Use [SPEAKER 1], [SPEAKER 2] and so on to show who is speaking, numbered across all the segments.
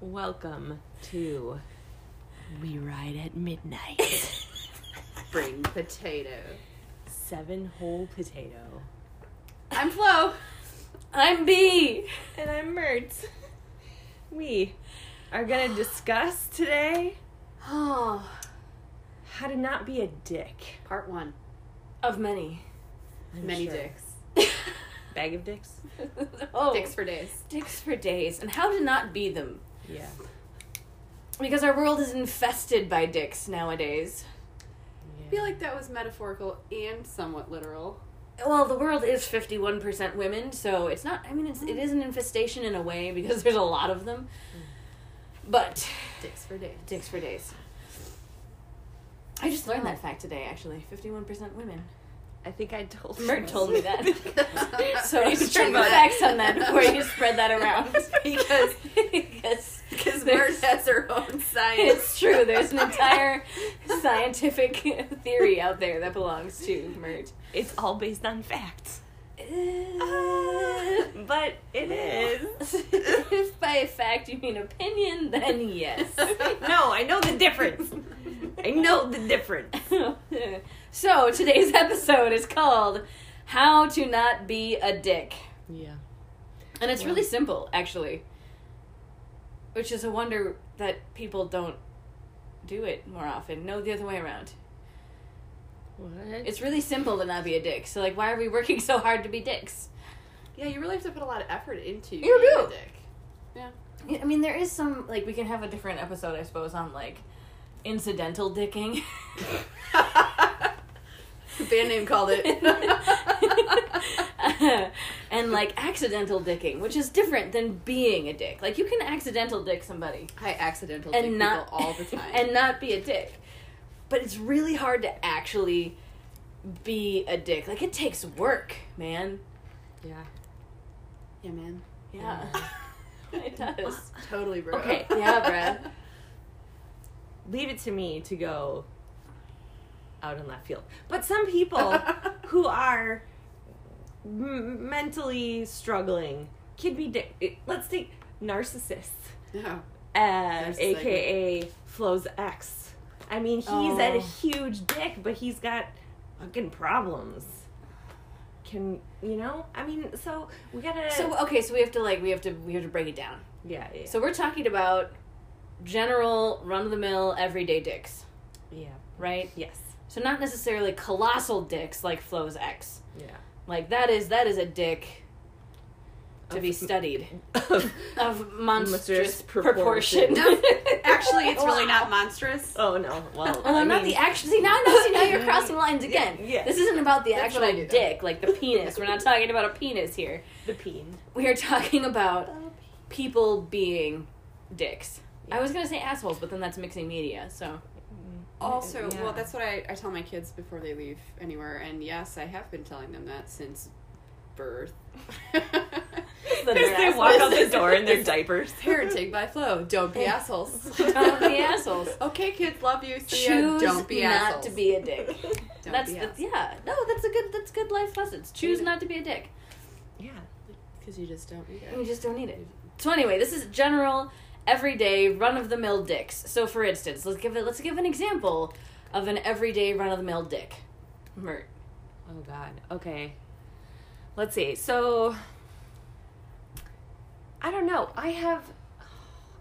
[SPEAKER 1] Welcome to
[SPEAKER 2] We ride at midnight.
[SPEAKER 3] Spring potato.
[SPEAKER 1] Seven Whole Potato.
[SPEAKER 3] I'm Flo.
[SPEAKER 2] I'm B.
[SPEAKER 1] And I'm Mertz. We are going to discuss today
[SPEAKER 3] Oh,
[SPEAKER 1] how to not be a dick.
[SPEAKER 3] part one.
[SPEAKER 2] Of many.
[SPEAKER 1] I'm
[SPEAKER 3] Many
[SPEAKER 1] sure.
[SPEAKER 3] dicks.
[SPEAKER 1] Bag of dicks?
[SPEAKER 2] oh,
[SPEAKER 3] Dicks for days.
[SPEAKER 2] dicks for days. And how to not be them.
[SPEAKER 1] Yeah.
[SPEAKER 2] Because our world is infested by dicks nowadays.
[SPEAKER 3] I feel like that was metaphorical and somewhat literal.
[SPEAKER 2] Well, the world is 51% women, so it's not, I mean, it's, it is an infestation in a way because there's a lot of them. But,
[SPEAKER 3] Mm. Dicks for days.
[SPEAKER 2] dicks for days. I just learned
[SPEAKER 3] Oh.
[SPEAKER 2] that fact today, actually. 51% women.
[SPEAKER 1] I think I told
[SPEAKER 2] Mert told me that. So
[SPEAKER 3] so
[SPEAKER 2] I need to check the facts on that before you spread that around.
[SPEAKER 3] Because-
[SPEAKER 2] because
[SPEAKER 3] Because Bert
[SPEAKER 2] there's-
[SPEAKER 3] has her own science.
[SPEAKER 2] It's true. There's an entire scientific theory out there that belongs to Mert.
[SPEAKER 1] It's all based on facts.
[SPEAKER 2] Uh,
[SPEAKER 1] But it is.
[SPEAKER 2] if by a fact you mean opinion, then yes.
[SPEAKER 1] no, I know the difference. I know the difference.
[SPEAKER 2] so today's episode is called "How to Not Be a Dick,"
[SPEAKER 1] Yeah.
[SPEAKER 2] and it's
[SPEAKER 1] Wow.
[SPEAKER 2] really simple, actually. Which is a wonder that people don't do it more often. No, the other way around.
[SPEAKER 1] What?
[SPEAKER 2] It's really simple to not be a dick. So, like, why are we working so hard to be dicks?
[SPEAKER 3] Yeah, you really have to put a lot of effort into
[SPEAKER 2] You
[SPEAKER 3] being a
[SPEAKER 2] do.
[SPEAKER 3] dick.
[SPEAKER 2] Yeah, I mean, there is some like we can have a different episode, I suppose, on like incidental dicking.
[SPEAKER 3] Band name called it.
[SPEAKER 2] and like accidental dicking, which is different than being a dick. Like you can accidental dick somebody
[SPEAKER 3] I accidental dick
[SPEAKER 2] and not
[SPEAKER 3] people all the time.
[SPEAKER 2] and not be a dick. But it's really hard to actually be a dick. Like it takes work, man.
[SPEAKER 1] yeah.
[SPEAKER 3] yeah, man.
[SPEAKER 2] Yeah. it does.
[SPEAKER 3] Totally, bro.
[SPEAKER 2] Okay, yeah, bruh.
[SPEAKER 1] leave it to me to go out in left field. But some people who are m- mentally struggling can be. Di- it- let's take narcissists,
[SPEAKER 3] Yeah.
[SPEAKER 1] uh,
[SPEAKER 3] There's
[SPEAKER 1] aka Flo's ex. I mean, he's a
[SPEAKER 2] Oh.
[SPEAKER 1] huge dick, but he's got fucking problems. Can you know? I mean, so we gotta.
[SPEAKER 2] So okay, so we have to like we have to we have to break it down.
[SPEAKER 1] yeah, yeah,
[SPEAKER 2] So we're talking about general run of the mill everyday dicks,
[SPEAKER 1] yeah,
[SPEAKER 2] right?
[SPEAKER 1] yes,
[SPEAKER 2] So not necessarily colossal dicks like Flo's ex.
[SPEAKER 1] yeah.
[SPEAKER 2] Like that is that is a dick to
[SPEAKER 1] Of-
[SPEAKER 2] be studied of monstrous
[SPEAKER 1] Monstrous
[SPEAKER 2] proportion.
[SPEAKER 3] proportion. Actually, it's really not monstrous.
[SPEAKER 1] oh no! Well,
[SPEAKER 2] Although
[SPEAKER 1] I
[SPEAKER 2] not
[SPEAKER 1] mean-
[SPEAKER 2] the actual. See now, no, see now you're crossing lines again.
[SPEAKER 1] Yeah.
[SPEAKER 2] This isn't about the
[SPEAKER 3] That's what
[SPEAKER 2] actual
[SPEAKER 3] I do, though.
[SPEAKER 2] dick, like the penis. We're not talking about a penis here.
[SPEAKER 1] the peen.
[SPEAKER 2] We are talking about people being dicks. I
[SPEAKER 1] Yeah.
[SPEAKER 2] was gonna say assholes, but then that's mixing media. So
[SPEAKER 3] Also,
[SPEAKER 1] Yeah.
[SPEAKER 3] well, that's what I, I tell my kids before they leave anywhere, and yes, I have been telling them that since birth.
[SPEAKER 2] Because they
[SPEAKER 3] walk out the
[SPEAKER 1] door in their diapers.
[SPEAKER 3] Parenting by flow. Don't be assholes.
[SPEAKER 2] Oh. don't be assholes.
[SPEAKER 3] Okay, kids, love you. See ya.
[SPEAKER 2] Choose
[SPEAKER 3] Don't be
[SPEAKER 2] not
[SPEAKER 3] assholes.
[SPEAKER 2] to be a dick.
[SPEAKER 3] Don't
[SPEAKER 2] that's
[SPEAKER 3] be
[SPEAKER 2] the, yeah. No, that's a good that's good life lessons. Choose not to be a dick.
[SPEAKER 1] Yeah.
[SPEAKER 3] Because you just don't be
[SPEAKER 2] You just don't need it. So anyway, this is general, everyday, run of the mill dicks. So for instance, let's give it let's give an example of an everyday run of the mill dick. Mert.
[SPEAKER 1] Oh God. Okay. Let's see. So I don't know. I have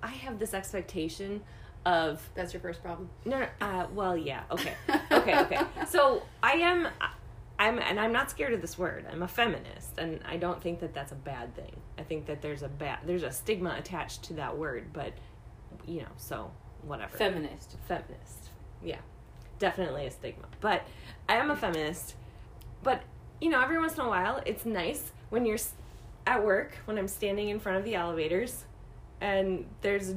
[SPEAKER 1] I have this expectation of
[SPEAKER 3] That's your first problem.
[SPEAKER 1] no, no uh, well yeah okay okay okay so I am I'm and I'm not scared of this word I'm a feminist and I don't think that that's a bad thing I think that there's a bad there's a stigma attached to that word but you know so whatever
[SPEAKER 2] Feminist.
[SPEAKER 1] feminist. Yeah, definitely a stigma. But I am a feminist. But you know, every once in a while, it's nice when you're s- at work when I'm standing in front of the elevators, and there's a,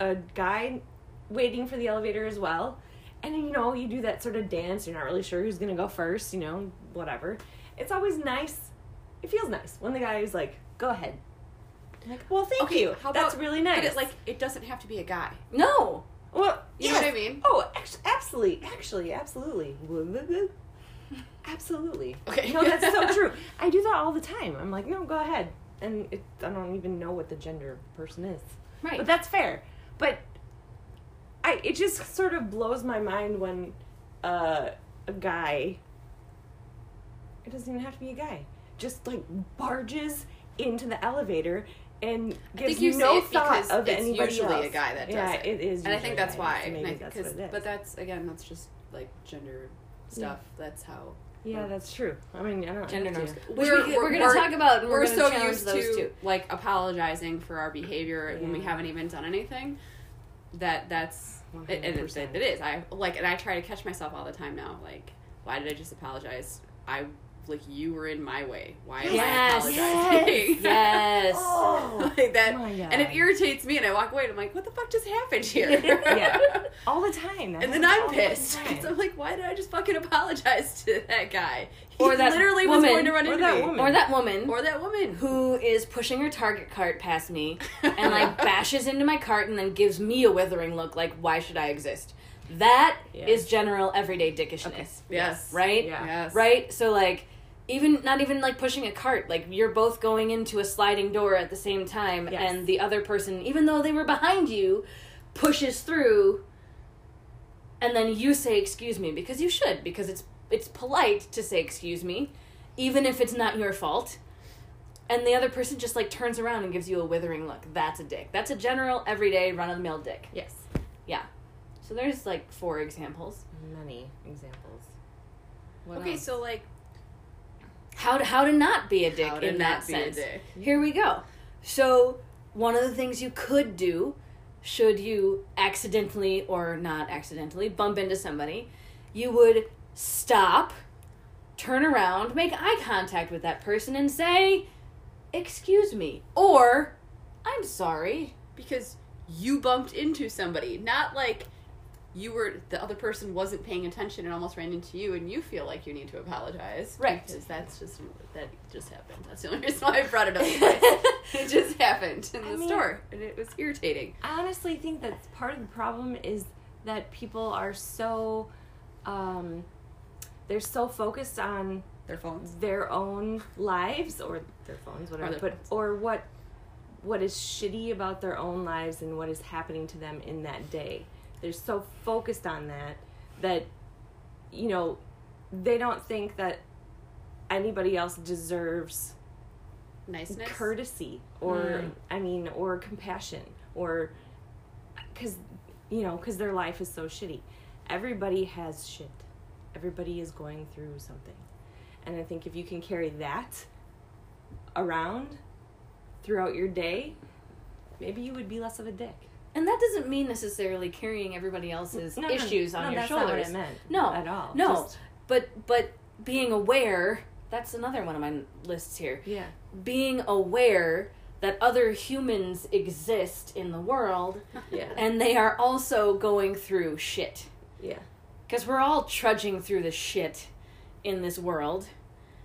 [SPEAKER 1] a guy waiting for the elevator as well. And you know, you do that sort of dance. You're not really sure who's gonna go first. You know, whatever. It's always nice. It feels nice when the guy is like, "Go ahead." I'm like, well, thank
[SPEAKER 3] Okay,
[SPEAKER 1] you.
[SPEAKER 3] how
[SPEAKER 1] That's
[SPEAKER 3] about-
[SPEAKER 1] really nice.
[SPEAKER 3] But it, like, it doesn't have to be a guy.
[SPEAKER 2] No.
[SPEAKER 1] well,
[SPEAKER 3] You
[SPEAKER 1] yes.
[SPEAKER 3] know what I mean?
[SPEAKER 1] Oh, actually, absolutely, actually, absolutely, absolutely.
[SPEAKER 3] Okay.
[SPEAKER 1] No, that's so true. I do that all the time. I'm like, no, go ahead, and it, I don't even know what the gender of the person is.
[SPEAKER 2] Right.
[SPEAKER 1] But that's fair. But I it just sort of blows my mind when uh, a guy it doesn't even have to be a guy just like barges into the elevator and
[SPEAKER 3] I
[SPEAKER 1] gives
[SPEAKER 3] think you say
[SPEAKER 1] no
[SPEAKER 3] it
[SPEAKER 1] thought
[SPEAKER 3] because
[SPEAKER 1] of
[SPEAKER 3] it's
[SPEAKER 1] anybody
[SPEAKER 3] usually
[SPEAKER 1] else.
[SPEAKER 3] a guy that does
[SPEAKER 1] yeah,
[SPEAKER 3] it.
[SPEAKER 1] it is.
[SPEAKER 3] and I think
[SPEAKER 1] usually
[SPEAKER 3] that's
[SPEAKER 1] a guy,
[SPEAKER 3] why.
[SPEAKER 1] so
[SPEAKER 3] And I
[SPEAKER 1] Maybe
[SPEAKER 3] think
[SPEAKER 1] that's what
[SPEAKER 3] 'cause-
[SPEAKER 1] it is.
[SPEAKER 3] but that's again, that's just like gender
[SPEAKER 2] Mm.
[SPEAKER 3] stuff. That's how
[SPEAKER 1] yeah, that's true. I mean, I don't
[SPEAKER 2] Gender
[SPEAKER 1] yeah.
[SPEAKER 2] norms. Which we're, we, are we are going to talk about. and
[SPEAKER 3] We're,
[SPEAKER 2] gonna
[SPEAKER 3] so
[SPEAKER 2] challenge
[SPEAKER 3] used
[SPEAKER 2] those
[SPEAKER 3] to
[SPEAKER 2] two.
[SPEAKER 3] like apologizing for our behavior when we
[SPEAKER 1] Yeah.
[SPEAKER 3] haven't even done anything. That that's it, and it's, it
[SPEAKER 1] 100%.
[SPEAKER 3] is. I like, and I try to catch myself all the time now. Like, why did I just apologize? I like you were in my way. Why am I
[SPEAKER 2] Yes.
[SPEAKER 3] apologizing?
[SPEAKER 2] Yes.
[SPEAKER 1] Oh,
[SPEAKER 3] like that,
[SPEAKER 1] my God.
[SPEAKER 3] and it irritates me. And I walk away, and I'm like, what the fuck just happened here?
[SPEAKER 1] Yeah. all the time. That
[SPEAKER 3] And then
[SPEAKER 1] happens
[SPEAKER 3] I'm
[SPEAKER 1] all the
[SPEAKER 3] pissed
[SPEAKER 1] time.
[SPEAKER 3] because I'm like, why did I just fucking apologize to that guy? He
[SPEAKER 2] Or that
[SPEAKER 3] literally
[SPEAKER 2] woman.
[SPEAKER 3] was going to run
[SPEAKER 1] Or
[SPEAKER 3] into
[SPEAKER 1] that
[SPEAKER 3] me.
[SPEAKER 1] woman.
[SPEAKER 2] Or that woman
[SPEAKER 3] Or that woman.
[SPEAKER 2] who is pushing her Target cart past me and like bashes into my cart and then gives me a withering look like, why should I exist? That is
[SPEAKER 1] Yeah.
[SPEAKER 2] general everyday dickishness.
[SPEAKER 3] Yes.
[SPEAKER 2] Right?
[SPEAKER 1] Yeah.
[SPEAKER 3] Yes.
[SPEAKER 2] Right? So like even not even like pushing a cart, like you're both going into a sliding door at the same time
[SPEAKER 1] Yes.
[SPEAKER 2] and the other person, even though they were behind you, pushes through and then you say excuse me because you should, because it's it's polite to say excuse me, even if it's not your fault. And the other person just like turns around and gives you a withering look. That's a dick. That's a general everyday run of the mill dick.
[SPEAKER 1] Yes.
[SPEAKER 2] So there's like four examples.
[SPEAKER 1] Many examples.
[SPEAKER 3] What Okay,
[SPEAKER 2] else?
[SPEAKER 3] so like
[SPEAKER 2] How to, how to not be a dick
[SPEAKER 3] how to
[SPEAKER 2] in
[SPEAKER 3] not
[SPEAKER 2] that
[SPEAKER 3] be a
[SPEAKER 2] sense.
[SPEAKER 3] dick.
[SPEAKER 2] Here we go. So, one of the things you could do, should you accidentally or not accidentally bump into somebody, you would stop, turn around, make eye contact with that person, and say, Excuse me. Or, I'm sorry.
[SPEAKER 3] because you bumped into somebody, not like you were the other person wasn't paying attention and almost ran into you, and you feel like you need to apologize,
[SPEAKER 2] Right.
[SPEAKER 3] Because that's just that just happened. That's the only reason why I brought it up. it just happened in
[SPEAKER 1] I
[SPEAKER 3] the
[SPEAKER 1] mean-
[SPEAKER 3] store, and it was irritating.
[SPEAKER 1] I honestly think that part of the problem is that people are so um they're so focused on
[SPEAKER 3] Their phones.
[SPEAKER 1] their own lives or their phones whatever
[SPEAKER 3] their
[SPEAKER 1] but
[SPEAKER 3] phones.
[SPEAKER 1] or what what is shitty about their own lives and what is happening to them in that day they're so focused on that that you know they don't think that anybody else deserves
[SPEAKER 3] Niceness.
[SPEAKER 1] courtesy or
[SPEAKER 2] Mm.
[SPEAKER 1] i mean or compassion or because you know because their life is so shitty everybody has shit everybody is going through something and i think if you can carry that around throughout your day maybe you would be less of a dick
[SPEAKER 2] And that doesn't mean necessarily carrying everybody else's
[SPEAKER 1] No, no,
[SPEAKER 2] issues
[SPEAKER 1] no,
[SPEAKER 2] on your
[SPEAKER 1] that's
[SPEAKER 2] shoulders.
[SPEAKER 1] not what i meant
[SPEAKER 2] No,
[SPEAKER 1] at all
[SPEAKER 2] no.
[SPEAKER 1] Just-
[SPEAKER 2] But but being aware, that's another one of my lists here.
[SPEAKER 1] yeah
[SPEAKER 2] being aware that other humans exist in the world
[SPEAKER 1] yeah
[SPEAKER 2] and they are also going through shit.
[SPEAKER 1] yeah
[SPEAKER 2] Because we're all trudging through the shit in this world.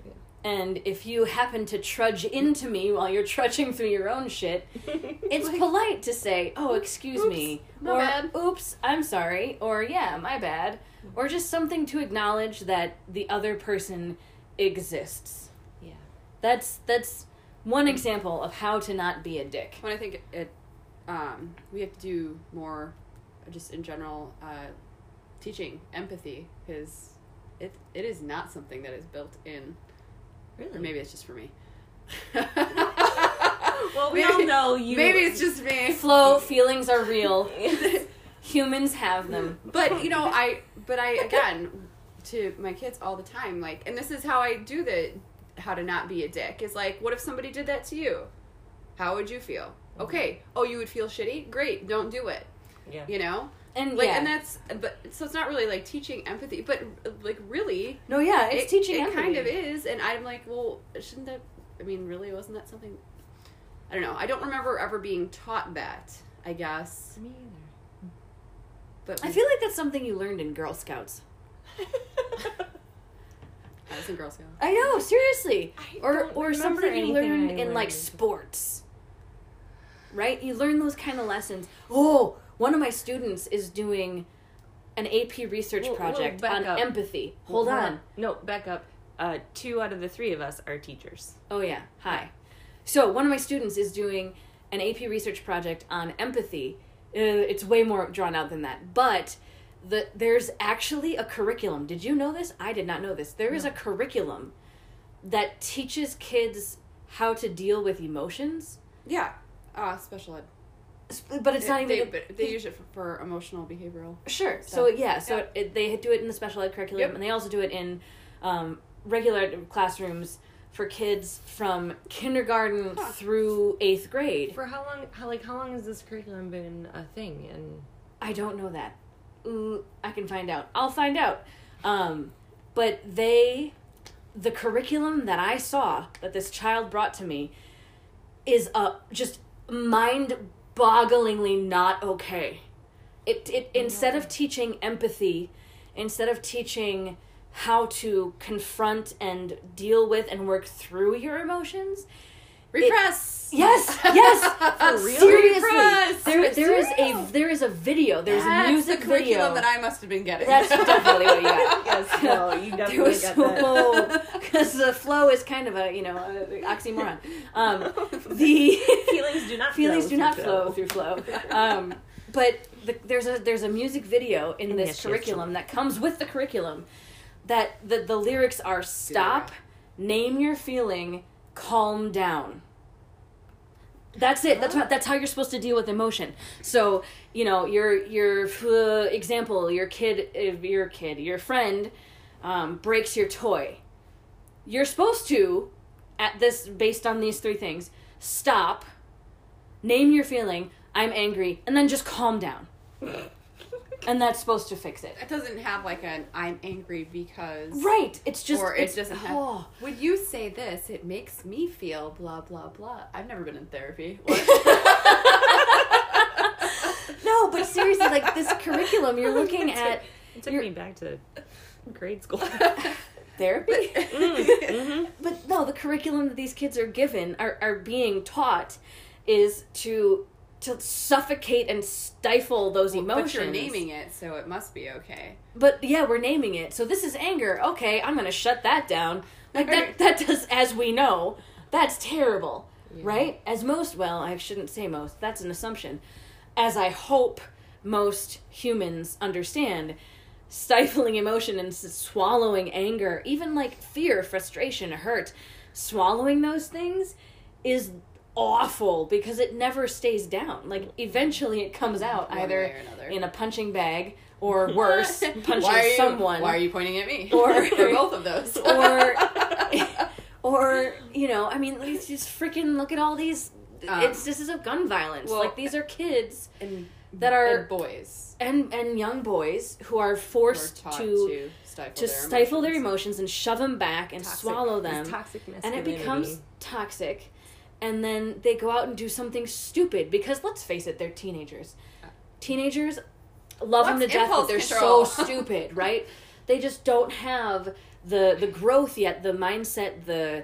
[SPEAKER 1] Yeah.
[SPEAKER 2] And if you happen to trudge into me while you're trudging through your own shit, it's
[SPEAKER 3] Like-
[SPEAKER 2] polite to say, "Oh, excuse
[SPEAKER 3] Oops,
[SPEAKER 2] me,"
[SPEAKER 3] my
[SPEAKER 2] or
[SPEAKER 3] bad.
[SPEAKER 2] "Oops, I'm sorry," or "Yeah, my bad," or just something to acknowledge that the other person exists.
[SPEAKER 1] Yeah.
[SPEAKER 2] that's that's one example of how to not be a dick.
[SPEAKER 3] When I think it, um, we have to do more, just in general, uh, teaching empathy because it it is not something that is built in. Or
[SPEAKER 1] really
[SPEAKER 3] maybe it's just for me.
[SPEAKER 1] well we all know you
[SPEAKER 3] Maybe it's just me.
[SPEAKER 2] Flow feelings are real. Humans have them.
[SPEAKER 3] But you know, I but I again to my kids all the time, like, and this is how I do the how to not be a dick is like, what if somebody did that to you? How would you feel?
[SPEAKER 1] Mm-hmm.
[SPEAKER 3] Okay. Oh, you would feel shitty. Great. Don't do it.
[SPEAKER 1] yeah
[SPEAKER 3] You know,
[SPEAKER 2] And
[SPEAKER 3] like,
[SPEAKER 2] yeah.
[SPEAKER 3] and that's but so it's not really like teaching empathy, but like really,
[SPEAKER 2] no, yeah, it's
[SPEAKER 3] it,
[SPEAKER 2] teaching
[SPEAKER 3] It
[SPEAKER 2] empathy.
[SPEAKER 3] kind of is, and I'm like, well, shouldn't that? I mean, really, wasn't that something? I don't know. I don't remember ever being taught that. I guess,
[SPEAKER 1] me
[SPEAKER 3] but
[SPEAKER 2] I feel like that's something you learned in Girl Scouts.
[SPEAKER 1] either
[SPEAKER 3] I was in Girl Scout.
[SPEAKER 2] I know, seriously.
[SPEAKER 1] I
[SPEAKER 2] Or
[SPEAKER 1] don't
[SPEAKER 2] or
[SPEAKER 1] remember
[SPEAKER 2] something you
[SPEAKER 1] anything
[SPEAKER 2] learned
[SPEAKER 1] I
[SPEAKER 2] in like
[SPEAKER 1] learned.
[SPEAKER 2] sports. Right? You learn those kind of lessons. Oh, one of my students is doing an AP research
[SPEAKER 1] Whoa, whoa,
[SPEAKER 2] project
[SPEAKER 1] back
[SPEAKER 2] on
[SPEAKER 1] up.
[SPEAKER 2] empathy. Hold, on.
[SPEAKER 1] No, back up. Uh, two out of the three of us are teachers.
[SPEAKER 2] Oh yeah. Hi. So one of my students is doing an AP research project on empathy. Uh, It's way more drawn out than that, but the, there's actually a curriculum. Did you know this? I did not know this. There is a curriculum that teaches kids how to deal with emotions,
[SPEAKER 3] Yeah. Uh, special ed.
[SPEAKER 2] s- but it's not even
[SPEAKER 3] they,
[SPEAKER 2] a-
[SPEAKER 3] but they use it for, for emotional behavioral.
[SPEAKER 2] Sure. So,
[SPEAKER 3] So-
[SPEAKER 2] yeah, so
[SPEAKER 3] yeah.
[SPEAKER 2] It, it, they do it in the special ed curriculum,
[SPEAKER 3] Yep.
[SPEAKER 2] and they also do it in um, regular classrooms for kids from kindergarten
[SPEAKER 3] Huh.
[SPEAKER 2] through eighth grade.
[SPEAKER 1] For how long? How like how long has this curriculum been a thing? And
[SPEAKER 2] I don't know that. Ooh, I can find out. I'll find out. Um, but they, the curriculum that I saw that this child brought to me, is uh, just mind-bogglingly not okay. It it instead of teaching empathy, instead of teaching how to confront and deal with and work through your emotions.
[SPEAKER 3] Repress.
[SPEAKER 2] Yes, yes.
[SPEAKER 1] For real?
[SPEAKER 2] Seriously,
[SPEAKER 3] Repress.
[SPEAKER 2] there,
[SPEAKER 3] It's
[SPEAKER 2] there is
[SPEAKER 3] real.
[SPEAKER 2] a there is a video. There's
[SPEAKER 3] That's
[SPEAKER 2] a music
[SPEAKER 3] the
[SPEAKER 2] video.
[SPEAKER 3] curriculum that I must have been getting.
[SPEAKER 2] That's definitely what you got.
[SPEAKER 1] yes, no, you
[SPEAKER 2] There
[SPEAKER 1] definitely
[SPEAKER 2] was
[SPEAKER 1] got that.
[SPEAKER 2] because the flow is kind of a you know a oxymoron. Um, the
[SPEAKER 1] Feelings do not
[SPEAKER 2] feelings
[SPEAKER 1] flow
[SPEAKER 2] do not
[SPEAKER 1] through
[SPEAKER 2] flow through flow. Um, but the, there's a there's a music video in this
[SPEAKER 1] Initiation.
[SPEAKER 2] curriculum that comes with the curriculum that the, the lyrics are stop, name your feeling, calm down. That's it. That's what, that's how you're supposed to deal with emotion. So you know your your uh, example, your kid, if your kid, your friend um, breaks your toy. You're supposed to, at this based on these three things, stop, name your feeling. I'm angry, and then just calm down. and that's supposed to fix it.
[SPEAKER 3] That doesn't have like an I'm angry because.
[SPEAKER 2] Right. It's just.
[SPEAKER 3] or
[SPEAKER 2] it's,
[SPEAKER 3] it doesn't have.
[SPEAKER 2] oh.
[SPEAKER 3] Would you say this? It makes me feel blah blah blah. I've never been in therapy. What?
[SPEAKER 2] Mm, No, but seriously, like this curriculum, you're looking at
[SPEAKER 1] It took
[SPEAKER 2] You're-
[SPEAKER 1] me back to grade school.
[SPEAKER 2] therapy.
[SPEAKER 1] Mhm.
[SPEAKER 2] But no, the curriculum that these kids are given are, are being taught is to to suffocate and stifle those emotions.
[SPEAKER 3] But you're naming it, so it must be okay.
[SPEAKER 2] But yeah, we're naming it. So this is anger. Okay, I'm gonna shut that down. Like that
[SPEAKER 3] Right.
[SPEAKER 2] that does as we know, that's terrible. Right? As most well, I shouldn't say most, that's an assumption. As I hope most humans understand, stifling emotion and s- swallowing anger, even like fear, frustration, hurt, swallowing those things is awful because it never stays down. Like eventually it comes out
[SPEAKER 3] One
[SPEAKER 2] either
[SPEAKER 3] way or another.
[SPEAKER 2] in a punching bag or worse, punching
[SPEAKER 3] why are you,
[SPEAKER 2] someone
[SPEAKER 3] Why are you pointing at me?
[SPEAKER 2] Or-
[SPEAKER 3] Or both of those.
[SPEAKER 2] or or you know, I mean, it's just freaking look at all these
[SPEAKER 3] Um,
[SPEAKER 2] it's this is a gun violence.
[SPEAKER 3] well-
[SPEAKER 2] like these are kids
[SPEAKER 3] and,
[SPEAKER 2] that are
[SPEAKER 3] and boys
[SPEAKER 2] and and young boys who are
[SPEAKER 3] were
[SPEAKER 2] forced
[SPEAKER 3] taught
[SPEAKER 2] to
[SPEAKER 3] to stifle
[SPEAKER 2] to
[SPEAKER 3] their
[SPEAKER 2] stifle their
[SPEAKER 3] emotions.
[SPEAKER 2] emotions and shove them back and
[SPEAKER 1] Toxic-
[SPEAKER 2] swallow
[SPEAKER 1] it's
[SPEAKER 2] them
[SPEAKER 1] Toxic
[SPEAKER 2] and it
[SPEAKER 1] masculinity.
[SPEAKER 2] becomes toxic and then they go out and do something stupid because let's face it they're teenagers teenagers love them to
[SPEAKER 3] What's
[SPEAKER 2] death but
[SPEAKER 3] impulse
[SPEAKER 2] they're
[SPEAKER 3] control?
[SPEAKER 2] so stupid right they just don't have the the growth yet the mindset the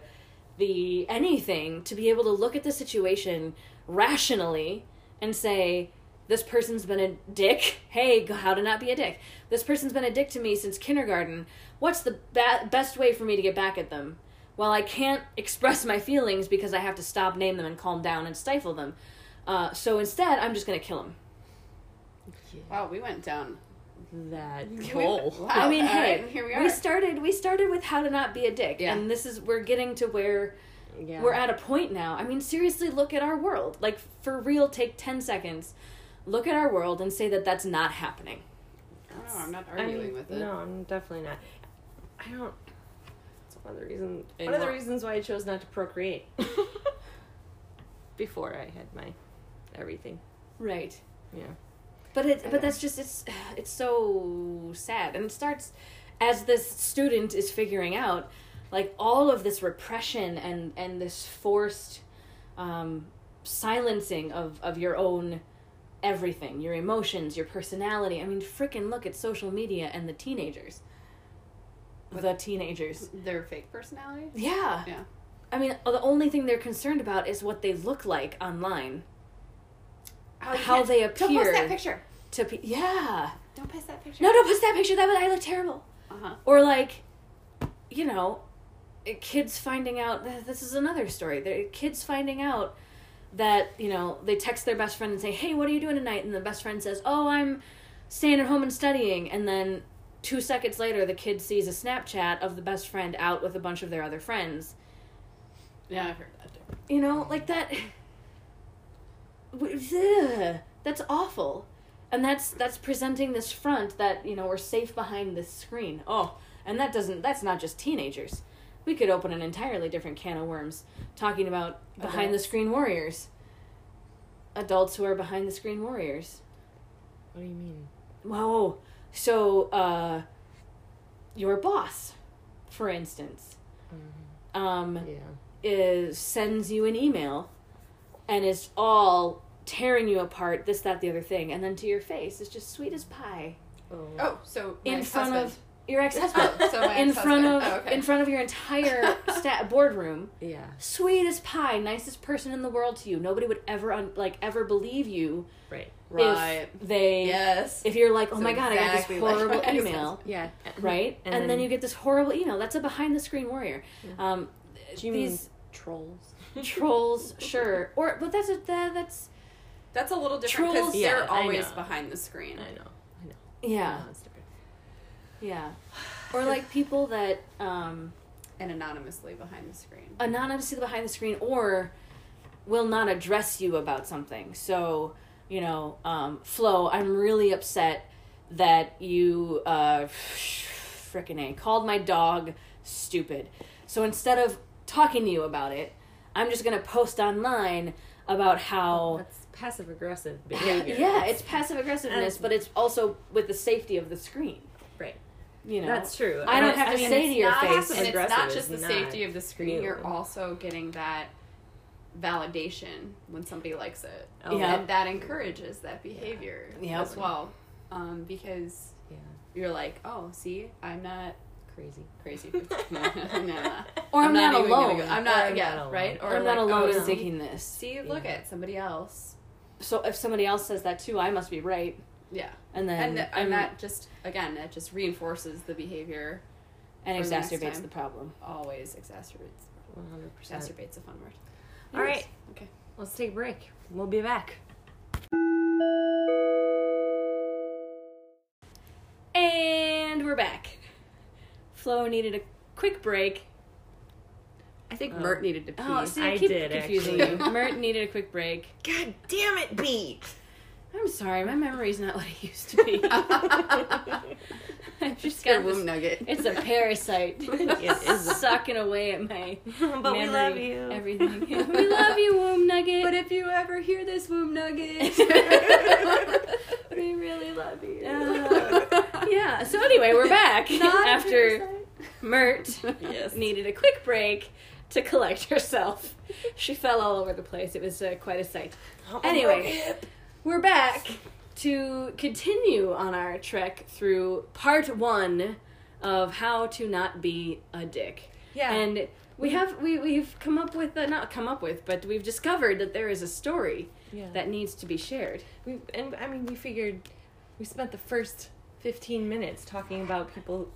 [SPEAKER 2] the anything to be able to look at the situation rationally and say this person's been a dick hey g- how to not be a dick this person's been a dick to me since kindergarten what's the ba- best way for me to get back at them well i can't express my feelings because i have to stop name them and calm down and stifle them uh, so instead i'm just going to kill them
[SPEAKER 3] Wow, we went down.
[SPEAKER 1] that
[SPEAKER 3] we-
[SPEAKER 1] hole.
[SPEAKER 3] wow,
[SPEAKER 2] I mean,
[SPEAKER 3] all right,
[SPEAKER 2] hey,
[SPEAKER 3] and here we
[SPEAKER 2] we,
[SPEAKER 3] are.
[SPEAKER 2] started. We started with how to not be a dick,
[SPEAKER 3] Yeah.
[SPEAKER 2] and this is we're getting to where
[SPEAKER 1] Yeah.
[SPEAKER 2] we're at a point now. I mean, seriously, look at our world. Like for real, take ten seconds, look at our world, and say that that's not happening.
[SPEAKER 3] I don't know, I'm not
[SPEAKER 1] I'm-
[SPEAKER 3] arguing with it.
[SPEAKER 1] No, I'm definitely not. I don't. It's one of the reasons.
[SPEAKER 3] And
[SPEAKER 1] one of the
[SPEAKER 3] what-
[SPEAKER 1] reasons why I chose not to procreate. Before I had my everything.
[SPEAKER 2] Right.
[SPEAKER 1] Yeah.
[SPEAKER 2] But it.
[SPEAKER 3] know.
[SPEAKER 2] But that's just it's. It's so sad, and it starts as this student is figuring out, like all of this repression and and this forced um, silencing of of your own everything, your emotions, your personality. I mean, freaking look at social media and the teenagers. The teenagers.
[SPEAKER 3] Their fake personality?
[SPEAKER 2] Yeah.
[SPEAKER 3] Yeah.
[SPEAKER 2] I mean, the only thing they're concerned about is what they look like online.
[SPEAKER 3] Oh, you
[SPEAKER 2] How
[SPEAKER 3] can't-
[SPEAKER 2] they
[SPEAKER 3] Don't post
[SPEAKER 2] appear.
[SPEAKER 3] that picture.
[SPEAKER 2] To pe- yeah.
[SPEAKER 3] Don't post that picture.
[SPEAKER 2] No, don't post that picture. That would I look terrible.
[SPEAKER 3] Uh-huh.
[SPEAKER 2] or like you know kids finding out this is another story The kids finding out that you know they text their best friend and say hey what are you doing tonight and the best friend says oh i'm staying at home and studying and then two seconds later the kid sees a snapchat of the best friend out with a bunch of their other friends
[SPEAKER 4] Yeah, I've heard that too.
[SPEAKER 2] you know like that Ugh, that's awful and that's that's presenting this front that you know we're safe behind this screen oh and that doesn't that's not just teenagers we could open an entirely different can of worms talking about behind the
[SPEAKER 4] Adults.
[SPEAKER 2] screen warriors adults who are behind the screen warriors
[SPEAKER 1] What do you mean?
[SPEAKER 2] Whoa. So, uh, your boss, for instance,
[SPEAKER 1] Uh,
[SPEAKER 2] um,
[SPEAKER 1] Yeah.
[SPEAKER 2] is sends you an email and is all tearing you apart, this, that, the other thing, and then to your face, it's just sweet as pie
[SPEAKER 3] Oh, so my
[SPEAKER 2] in front
[SPEAKER 3] husband.
[SPEAKER 2] of your ex-husband.
[SPEAKER 3] Oh, so my
[SPEAKER 2] in front of
[SPEAKER 3] ex-husband. Oh, okay.
[SPEAKER 2] in front of your entire stat boardroom
[SPEAKER 1] Yeah.
[SPEAKER 2] sweet as pie nicest person in the world to you nobody would ever un- like ever believe you
[SPEAKER 1] Right.
[SPEAKER 4] Right.
[SPEAKER 2] if they
[SPEAKER 4] yes.
[SPEAKER 2] if you're like oh
[SPEAKER 3] It's
[SPEAKER 2] my god
[SPEAKER 3] exactly
[SPEAKER 2] i
[SPEAKER 3] like
[SPEAKER 2] got this horrible
[SPEAKER 3] what Mm-hmm. I said.
[SPEAKER 2] email
[SPEAKER 1] Yeah.
[SPEAKER 2] right?
[SPEAKER 1] And
[SPEAKER 2] And, then,
[SPEAKER 1] then-
[SPEAKER 2] you get this horrible, you know, that's a behind the screen warrior. Um,
[SPEAKER 1] Do you
[SPEAKER 2] these
[SPEAKER 1] mean trolls?
[SPEAKER 2] trolls, sure, or but that's a that, that's
[SPEAKER 3] That's a little different because
[SPEAKER 2] Trolls-
[SPEAKER 1] Yeah,
[SPEAKER 3] they're
[SPEAKER 1] I
[SPEAKER 3] always
[SPEAKER 1] know.
[SPEAKER 3] behind the screen.
[SPEAKER 1] I know. I know.
[SPEAKER 2] yeah,
[SPEAKER 1] No, it's different.
[SPEAKER 2] yeah, or like people that um,
[SPEAKER 3] And anonymously behind the screen.
[SPEAKER 2] anonymously behind the screen or will not address you about something. So you know, um, Flo, I'm really upset that you uh, frickin' a called my dog stupid. So instead of talking to you about it, I'm just gonna post online about how.
[SPEAKER 1] That's passive aggressive behavior.
[SPEAKER 2] Yeah, it's passive aggressiveness, but it's also with the safety of the screen.
[SPEAKER 1] Right.
[SPEAKER 2] You know,
[SPEAKER 1] That's true.
[SPEAKER 2] I don't have to
[SPEAKER 1] mean,
[SPEAKER 2] say
[SPEAKER 1] it's
[SPEAKER 2] to your
[SPEAKER 1] not
[SPEAKER 2] face-
[SPEAKER 1] passive
[SPEAKER 3] and it's
[SPEAKER 1] aggressive,
[SPEAKER 3] not just the
[SPEAKER 1] it's
[SPEAKER 3] safety
[SPEAKER 1] not.
[SPEAKER 3] of the screen.
[SPEAKER 1] new.
[SPEAKER 3] You're also getting that validation when somebody likes it,
[SPEAKER 1] Oh,
[SPEAKER 2] Yeah.
[SPEAKER 3] and that encourages that behavior
[SPEAKER 2] Yep.
[SPEAKER 3] as well, um, because
[SPEAKER 1] Yeah.
[SPEAKER 3] you're like, oh, see, I'm not
[SPEAKER 1] Crazy.
[SPEAKER 3] crazy. Nah.
[SPEAKER 2] or I'm, not,
[SPEAKER 3] even gonna
[SPEAKER 2] alone.
[SPEAKER 3] Go, I'm not.
[SPEAKER 1] Or I'm
[SPEAKER 3] yeah.
[SPEAKER 1] not
[SPEAKER 3] right.
[SPEAKER 1] alone.
[SPEAKER 3] Or
[SPEAKER 2] I'm not
[SPEAKER 3] like,
[SPEAKER 2] alone
[SPEAKER 3] oh,
[SPEAKER 2] in
[SPEAKER 3] see-
[SPEAKER 2] thinking this.
[SPEAKER 3] See, look
[SPEAKER 1] Yeah.
[SPEAKER 3] at somebody else.
[SPEAKER 2] So if somebody else says that too, I must be right.
[SPEAKER 3] Yeah,
[SPEAKER 2] And then
[SPEAKER 3] and, th-
[SPEAKER 2] I'm-
[SPEAKER 3] and that just again that just reinforces the behavior.
[SPEAKER 2] and
[SPEAKER 3] for the next
[SPEAKER 2] exacerbates
[SPEAKER 3] time.
[SPEAKER 2] the problem.
[SPEAKER 3] Always exacerbates.
[SPEAKER 1] One hundred percent.
[SPEAKER 3] Exacerbates a fun word.
[SPEAKER 1] All right.
[SPEAKER 3] Okay.
[SPEAKER 1] Let's take a break. We'll be back.
[SPEAKER 2] And we're back. Flo needed a quick break.
[SPEAKER 3] I think
[SPEAKER 1] Oh.
[SPEAKER 3] Mert needed to pee.
[SPEAKER 2] Oh, see, I,
[SPEAKER 1] I
[SPEAKER 2] keep
[SPEAKER 1] did,
[SPEAKER 2] confusing
[SPEAKER 3] actually.
[SPEAKER 2] you. Mert needed a quick break.
[SPEAKER 1] God damn it, B.
[SPEAKER 2] I'm sorry, my memory's not what it used to be. I've just
[SPEAKER 3] Your
[SPEAKER 2] got
[SPEAKER 3] womb
[SPEAKER 2] this,
[SPEAKER 3] nugget.
[SPEAKER 2] It's a parasite.
[SPEAKER 1] It is.
[SPEAKER 2] sucking away at my
[SPEAKER 1] but we
[SPEAKER 2] memory,
[SPEAKER 1] love you.
[SPEAKER 2] Everything. we love you, Womb Nugget.
[SPEAKER 3] But if you ever hear this womb nugget, we really love you.
[SPEAKER 2] Uh, yeah. So anyway, we're back
[SPEAKER 3] Not
[SPEAKER 2] after Mert
[SPEAKER 1] Yes.
[SPEAKER 2] needed a quick break to collect herself. She fell all over the place. It was uh, quite a sight. Anyway, we're back to continue on our trek through part one of how to not be a dick.
[SPEAKER 1] Yeah.
[SPEAKER 2] And we have we we've come up with uh, not come up with, but we've discovered that there is a story
[SPEAKER 1] yeah.
[SPEAKER 2] that needs to be shared.
[SPEAKER 1] We and I mean we figured we spent the first fifteen minutes talking about people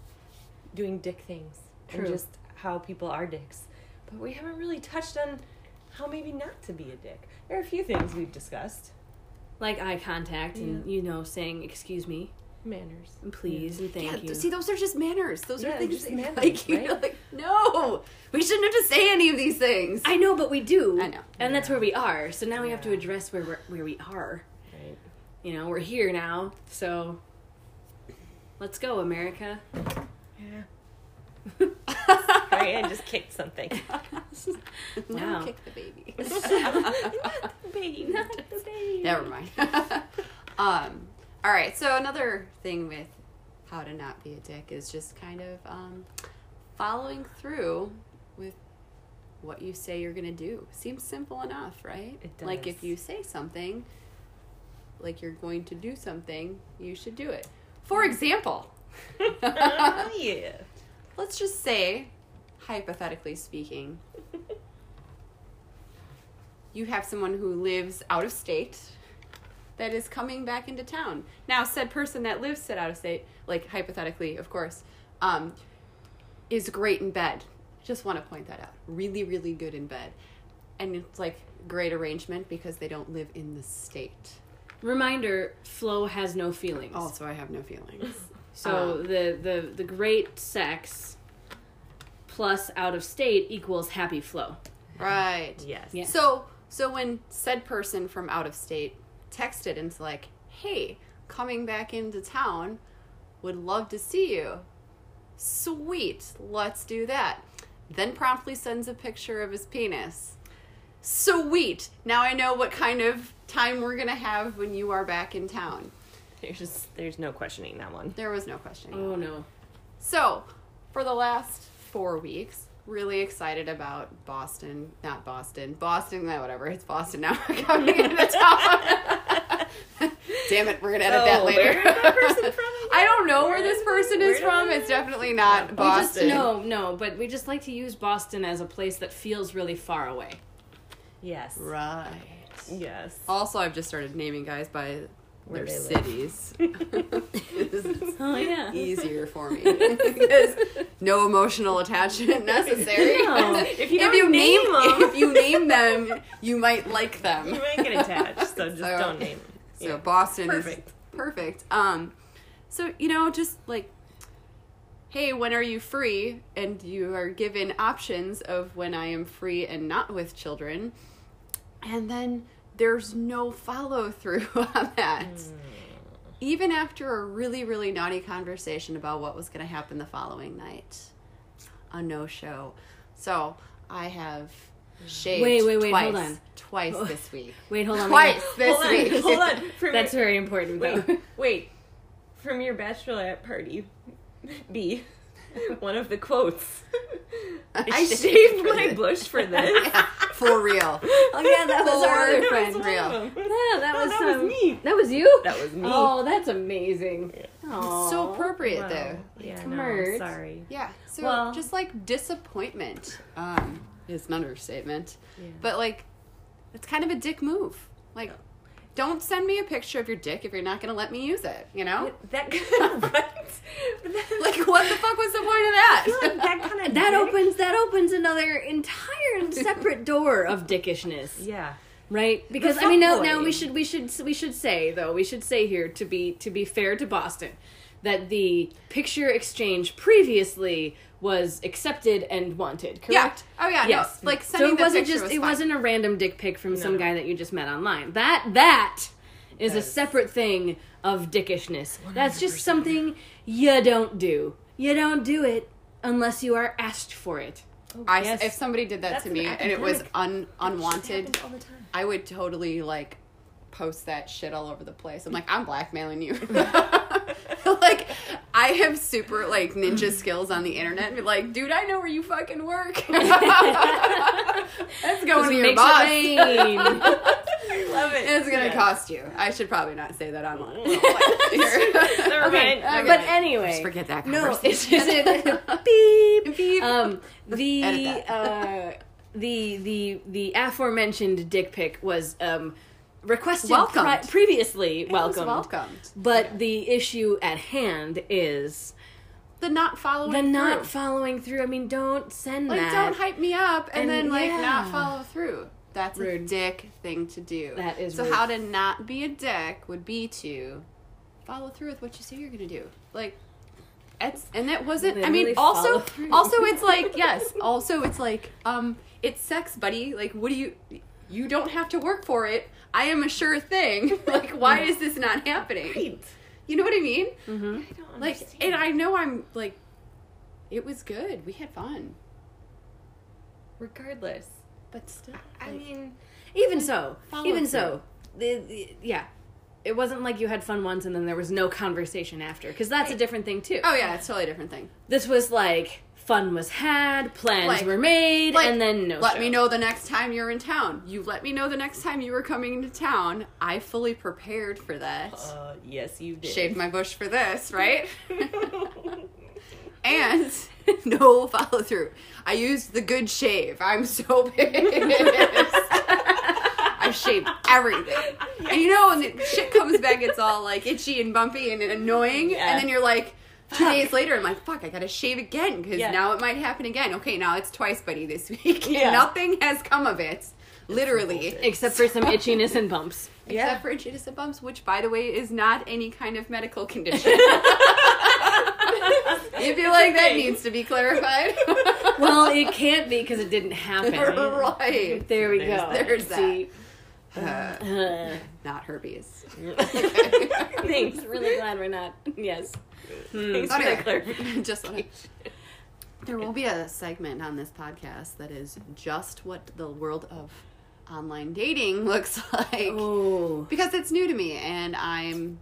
[SPEAKER 1] doing dick things
[SPEAKER 2] True.
[SPEAKER 1] and just how people are dicks, but we haven't really touched on how maybe not to be a dick. There are a few things we've discussed:
[SPEAKER 2] Like eye contact and you know saying excuse me
[SPEAKER 1] manners,
[SPEAKER 2] and please and
[SPEAKER 3] Yeah,
[SPEAKER 2] thank you.
[SPEAKER 3] see, those are just manners. Those
[SPEAKER 1] Yeah,
[SPEAKER 3] are things
[SPEAKER 1] just
[SPEAKER 3] that,
[SPEAKER 1] manners,
[SPEAKER 3] like you
[SPEAKER 1] right?
[SPEAKER 3] like. No, we shouldn't have to say any of these things.
[SPEAKER 2] I know, but we do.
[SPEAKER 3] I know.
[SPEAKER 2] and that's where we are. So now we have to
[SPEAKER 1] Yeah.
[SPEAKER 2] address where we're, where we are.
[SPEAKER 1] right?
[SPEAKER 2] You know, we're here now. So let's go, America.
[SPEAKER 1] Yeah. Sorry,
[SPEAKER 2] wow.
[SPEAKER 1] I just kicked something.
[SPEAKER 3] Now kick the baby.
[SPEAKER 1] not the baby. Not the baby.
[SPEAKER 3] Never mind. um, all right. So another thing with how to not be a dick is just kind of um, following through with what you say you're gonna do. Seems simple enough, right?
[SPEAKER 1] It
[SPEAKER 3] Like if
[SPEAKER 1] does.
[SPEAKER 3] you say something, like you're going to do something, you should do it. For example,
[SPEAKER 1] oh, yeah.
[SPEAKER 3] let's just say, hypothetically speaking, you have someone who lives out of state that is coming back into town. Now, said person that lives said out of state, like hypothetically, of course, um, is great in bed. Just want to point that out. Really, really good in bed. and it's like great arrangement because they don't live in the state.
[SPEAKER 2] Reminder: Flo has no feelings.
[SPEAKER 3] Also, I have no feelings.
[SPEAKER 2] So
[SPEAKER 3] Um,
[SPEAKER 2] the, the the great sex plus out of state equals happy flow.
[SPEAKER 3] right.
[SPEAKER 1] Yes.
[SPEAKER 2] Yeah.
[SPEAKER 3] So so when said person from out of state texted and's like, "Hey, coming back into town, would love to see you." Sweet, let's do that. Then promptly sends a picture of his penis. Sweet. Now I know what kind of time we're going to have when you are back in town.
[SPEAKER 1] There's just, there's no questioning that one.
[SPEAKER 3] There was no question.
[SPEAKER 2] Oh no.
[SPEAKER 3] So, for the last four weeks, really excited about Boston. Not Boston. Boston, no, whatever. It's Boston now. We're coming into town. Damn it, we're going to edit that
[SPEAKER 1] Oh,
[SPEAKER 3] later.
[SPEAKER 1] where is that person from again?
[SPEAKER 3] I don't know where this person
[SPEAKER 1] Where
[SPEAKER 3] is
[SPEAKER 1] did
[SPEAKER 3] from.
[SPEAKER 1] they-
[SPEAKER 3] It's definitely not Boston.
[SPEAKER 2] We just, no, no, but we just like to use Boston as a place that feels really far away.
[SPEAKER 1] Yes.
[SPEAKER 3] Right.
[SPEAKER 1] Yes.
[SPEAKER 3] Also, I've just started naming guys by
[SPEAKER 1] Where
[SPEAKER 3] their
[SPEAKER 1] they live.
[SPEAKER 3] cities. It's
[SPEAKER 2] Oh yeah.
[SPEAKER 3] Easier for me. 'Cause no emotional attachment necessary.
[SPEAKER 2] No.
[SPEAKER 1] If you don't name them-
[SPEAKER 3] if you name them, you might like them.
[SPEAKER 1] You might get attached, so just
[SPEAKER 3] So-
[SPEAKER 1] don't name it.
[SPEAKER 3] So
[SPEAKER 1] Yeah.
[SPEAKER 3] Boston
[SPEAKER 1] Perfect.
[SPEAKER 3] is perfect. Um, so you know, just like, hey, when are you free? And you are given options of when I am free and not with children, and then there's no follow through on that.
[SPEAKER 1] Hmm.
[SPEAKER 3] Even after a really, really naughty conversation about what was going to happen the following night, a no show. So I have
[SPEAKER 1] Hmm.
[SPEAKER 3] shaved
[SPEAKER 2] Wait, wait, wait,
[SPEAKER 3] twice,
[SPEAKER 2] hold on. Oh.
[SPEAKER 3] twice this week.
[SPEAKER 2] Wait, hold on.
[SPEAKER 3] Twice this
[SPEAKER 1] Hold
[SPEAKER 3] week.
[SPEAKER 1] on, hold on. From
[SPEAKER 2] That's
[SPEAKER 1] your,
[SPEAKER 2] very important though.
[SPEAKER 1] wait, wait. From your bachelorette party, B. One of the quotes. I,
[SPEAKER 3] I
[SPEAKER 1] shaved
[SPEAKER 3] for
[SPEAKER 1] my
[SPEAKER 3] this.
[SPEAKER 1] bush for this.
[SPEAKER 3] Yeah, for real.
[SPEAKER 2] Oh yeah, that was our
[SPEAKER 3] Or-
[SPEAKER 2] other
[SPEAKER 1] That
[SPEAKER 2] friend.
[SPEAKER 1] was one
[SPEAKER 3] real.
[SPEAKER 1] of them.
[SPEAKER 2] Yeah, that
[SPEAKER 1] No,
[SPEAKER 2] was
[SPEAKER 1] that was
[SPEAKER 2] um,
[SPEAKER 1] me.
[SPEAKER 2] That was you.
[SPEAKER 1] That was me.
[SPEAKER 2] Oh, that's amazing. Oh,
[SPEAKER 3] It's so appropriate though.
[SPEAKER 1] Yeah,
[SPEAKER 2] Come
[SPEAKER 1] no,
[SPEAKER 2] here.
[SPEAKER 1] I'm sorry.
[SPEAKER 3] Yeah. So
[SPEAKER 1] Well-
[SPEAKER 3] just like disappointment um, is an understatement,
[SPEAKER 1] Yeah.
[SPEAKER 3] but like it's kind of a dick move. Like, don't send me a picture of your dick if you're not gonna let me use it. You know?
[SPEAKER 1] That kind of, right? But that-
[SPEAKER 3] Like, what the fuck was the point of
[SPEAKER 1] I feel like
[SPEAKER 3] that?
[SPEAKER 1] that kind of
[SPEAKER 2] That opens that opens another entire and separate door of dickishness,
[SPEAKER 1] Yeah.
[SPEAKER 2] right? Because I mean, now, now
[SPEAKER 1] fuckboy.
[SPEAKER 2] we should we should we should say though we should say here to be to be fair to Boston that the picture exchange previously was accepted and wanted,
[SPEAKER 3] Yeah.
[SPEAKER 2] correct?
[SPEAKER 3] Oh yeah.
[SPEAKER 2] Yes.
[SPEAKER 3] No, like
[SPEAKER 2] So
[SPEAKER 3] sending
[SPEAKER 2] it
[SPEAKER 3] the
[SPEAKER 2] wasn't
[SPEAKER 3] picture
[SPEAKER 2] just
[SPEAKER 3] was
[SPEAKER 2] it
[SPEAKER 3] fine.
[SPEAKER 2] wasn't a random dick pic from some
[SPEAKER 1] No.
[SPEAKER 2] guy that you just met online. That that is a
[SPEAKER 1] Yes.
[SPEAKER 2] separate thing of dickishness. That's just something you don't do. You don't do it unless you are asked for it.
[SPEAKER 3] I,
[SPEAKER 2] Yes.
[SPEAKER 3] If somebody did that
[SPEAKER 1] That's
[SPEAKER 3] to
[SPEAKER 1] an
[SPEAKER 3] me and it was
[SPEAKER 1] academic-
[SPEAKER 3] un,
[SPEAKER 1] It
[SPEAKER 3] unwanted,
[SPEAKER 1] happens all the time.
[SPEAKER 3] I would totally like post that shit all over the place. I'm like, I'm blackmailing you. like, I have super like ninja skills on the internet. And be like, dude, I know where you fucking work. That's going to your
[SPEAKER 2] Makes
[SPEAKER 3] boss.
[SPEAKER 2] it rain.
[SPEAKER 1] I love it.
[SPEAKER 3] It's gonna
[SPEAKER 1] Yeah.
[SPEAKER 3] cost you. I should probably not say that online.
[SPEAKER 1] Never
[SPEAKER 2] okay, uh,
[SPEAKER 1] mind.
[SPEAKER 2] but
[SPEAKER 3] Okay.
[SPEAKER 2] anyway,
[SPEAKER 3] Just forget that
[SPEAKER 2] No,
[SPEAKER 3] conversation.
[SPEAKER 2] it's just beep.
[SPEAKER 3] Beep.
[SPEAKER 2] Um, the
[SPEAKER 3] Edit that.
[SPEAKER 2] uh, the the the aforementioned dick pic was um, requested
[SPEAKER 3] Welcomed.
[SPEAKER 2] pri- previously.
[SPEAKER 3] Welcome.
[SPEAKER 2] Welcome,
[SPEAKER 3] Welcomed.
[SPEAKER 2] But the issue at hand is
[SPEAKER 3] The not following.
[SPEAKER 2] the not
[SPEAKER 3] through.
[SPEAKER 2] following through. I mean, don't send
[SPEAKER 3] like
[SPEAKER 2] that.
[SPEAKER 3] don't hype me up and,
[SPEAKER 2] And,
[SPEAKER 3] then like
[SPEAKER 2] yeah.
[SPEAKER 3] not follow through. That's a
[SPEAKER 2] Rude.
[SPEAKER 3] dick thing to do.
[SPEAKER 2] That is
[SPEAKER 3] so.
[SPEAKER 2] rude.
[SPEAKER 3] How to not be a dick would be to follow through with what you say you're gonna do. Like, it's and that wasn't. I mean,
[SPEAKER 2] Literally follow
[SPEAKER 3] also,
[SPEAKER 2] through.
[SPEAKER 3] also it's like yes. Also, it's like um, it's sex, buddy. Like, what do you? You don't have to work for it. I am a sure thing. like, why is this not happening?
[SPEAKER 1] Right.
[SPEAKER 3] You know what I mean?
[SPEAKER 2] Mm-hmm.
[SPEAKER 1] I don't
[SPEAKER 3] Like,
[SPEAKER 1] understand.
[SPEAKER 3] and I know I'm like, it was good. We had fun,
[SPEAKER 1] regardless.
[SPEAKER 3] but still.
[SPEAKER 1] I
[SPEAKER 3] like-
[SPEAKER 1] mean,
[SPEAKER 2] even so,
[SPEAKER 3] Follow
[SPEAKER 2] even
[SPEAKER 3] through.
[SPEAKER 2] so, the, the, yeah. It wasn't like you had fun once and then there was no conversation after, because that's a different thing too.
[SPEAKER 3] Oh yeah, it's a totally different thing.
[SPEAKER 2] This was like fun was had, plans
[SPEAKER 3] Like-
[SPEAKER 2] were made,
[SPEAKER 3] like,
[SPEAKER 2] and then no.
[SPEAKER 3] let
[SPEAKER 2] show.
[SPEAKER 3] me know the next time you're in town. You let me know the next time you were coming to town. I fully prepared for that.
[SPEAKER 1] uh, yes, you did.
[SPEAKER 3] Shaved my bush for this, right? and no follow through. I used the good shave. I'm so pissed. I shaved everything. And you know, when the shit comes back, it's all like itchy and bumpy and annoying.
[SPEAKER 1] Yeah.
[SPEAKER 3] And then you're like, two days later, I'm like, fuck, I gotta shave again because
[SPEAKER 1] Yeah.
[SPEAKER 3] now it might happen again. Okay, now it's twice, buddy, this week.
[SPEAKER 1] Yeah.
[SPEAKER 3] Nothing has come of it. Literally.
[SPEAKER 2] Except for some itchiness and bumps.
[SPEAKER 3] Except for itchiness and bumps, which, by the way, is not any kind of medical condition. you feel like that needs to be clarified?
[SPEAKER 2] Well, it can't be because it didn't happen.
[SPEAKER 3] right.
[SPEAKER 2] There we go.
[SPEAKER 3] There's that.
[SPEAKER 2] See?
[SPEAKER 3] Uh,
[SPEAKER 2] Uh,
[SPEAKER 3] not herpes.
[SPEAKER 2] thanks. Really glad we're not. Yes.
[SPEAKER 3] Hmm.
[SPEAKER 1] Thanks for
[SPEAKER 3] Anyway,
[SPEAKER 1] that clarification.
[SPEAKER 3] just wanna- there will be a segment on this podcast that is just what the world of online dating looks like
[SPEAKER 2] Oh.
[SPEAKER 3] because it's new to me and I'm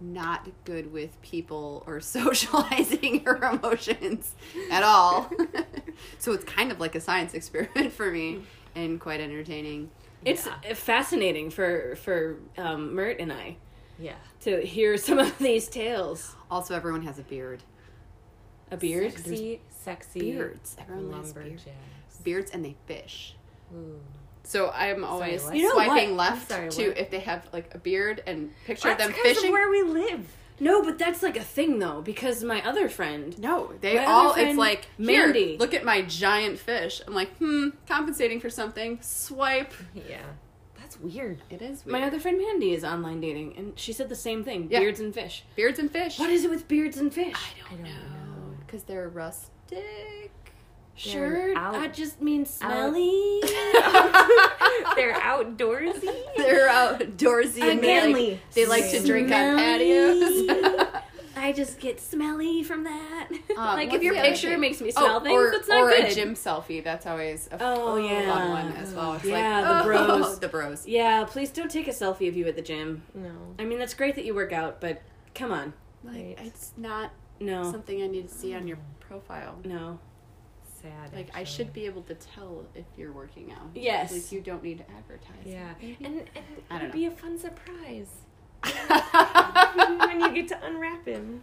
[SPEAKER 3] not good with people or socializing or emotions at all. so it's kind of like a science experiment for me and quite entertaining.
[SPEAKER 2] It's fascinating for for um, Mert and I
[SPEAKER 1] Yeah.
[SPEAKER 2] to hear some of these tales.
[SPEAKER 3] Also, everyone has a beard.
[SPEAKER 2] A beard.
[SPEAKER 1] Sexy, sexy
[SPEAKER 3] Beards. Everyone has beards.
[SPEAKER 1] lumberjacks.
[SPEAKER 3] Beards and they fish.
[SPEAKER 1] Ooh.
[SPEAKER 3] So I'm always
[SPEAKER 1] what? You
[SPEAKER 2] know
[SPEAKER 3] swiping
[SPEAKER 2] what?
[SPEAKER 3] left
[SPEAKER 1] I'm sorry,
[SPEAKER 3] to
[SPEAKER 1] what?
[SPEAKER 3] if they have like a beard and picture
[SPEAKER 1] That's
[SPEAKER 3] them
[SPEAKER 1] 'cause of
[SPEAKER 3] fishing.
[SPEAKER 1] where we live.
[SPEAKER 2] No, but that's like a thing though, because my other friend.
[SPEAKER 3] No, they
[SPEAKER 2] My other
[SPEAKER 3] all. It's
[SPEAKER 2] friend,
[SPEAKER 3] like here,
[SPEAKER 2] Mandy.
[SPEAKER 3] look at my giant fish. I'm like, hmm, compensating for something. Swipe.
[SPEAKER 1] Yeah. That's weird.
[SPEAKER 3] It is weird.
[SPEAKER 2] My other friend Mandy is online dating, and she said the same thing:
[SPEAKER 3] Yeah.
[SPEAKER 2] beards and fish.
[SPEAKER 3] beards and fish.
[SPEAKER 2] What is it with beards and fish?
[SPEAKER 1] I don't know.
[SPEAKER 3] Because they're rustic.
[SPEAKER 2] Sure,
[SPEAKER 1] They're out-
[SPEAKER 2] I just mean smelly.
[SPEAKER 1] They're outdoorsy.
[SPEAKER 3] They're outdoorsy and they like,
[SPEAKER 1] Manly.
[SPEAKER 3] they like to drink on
[SPEAKER 2] Smelly.
[SPEAKER 3] patios.
[SPEAKER 2] I just get smelly from that.
[SPEAKER 3] Um,
[SPEAKER 2] like if
[SPEAKER 3] what's
[SPEAKER 2] your
[SPEAKER 3] the other
[SPEAKER 2] picture
[SPEAKER 3] thing?
[SPEAKER 2] makes me smell
[SPEAKER 3] oh,
[SPEAKER 2] things,
[SPEAKER 3] or,
[SPEAKER 2] that's not
[SPEAKER 3] or
[SPEAKER 2] good.
[SPEAKER 3] a gym selfie. That's always a
[SPEAKER 2] Oh,
[SPEAKER 3] fun
[SPEAKER 2] yeah.
[SPEAKER 3] one as well. It's
[SPEAKER 2] Yeah,
[SPEAKER 3] like,
[SPEAKER 2] the
[SPEAKER 3] oh,
[SPEAKER 2] bros.
[SPEAKER 3] the bros.
[SPEAKER 2] Yeah, please don't take a selfie of you at the gym.
[SPEAKER 1] No.
[SPEAKER 2] I mean, that's great that you work out, but come on,
[SPEAKER 3] Like
[SPEAKER 1] Right.
[SPEAKER 3] it's not
[SPEAKER 2] no,
[SPEAKER 3] something I need to see on your profile.
[SPEAKER 2] no.
[SPEAKER 1] Sad.
[SPEAKER 3] Like I
[SPEAKER 1] actually.
[SPEAKER 3] should be able to tell if you're working out.
[SPEAKER 2] Yes.
[SPEAKER 3] Like you don't need to advertise.
[SPEAKER 1] Yeah. And, and
[SPEAKER 3] I don't
[SPEAKER 1] it'd be a fun surprise
[SPEAKER 3] Yeah.
[SPEAKER 1] when you get to unwrap him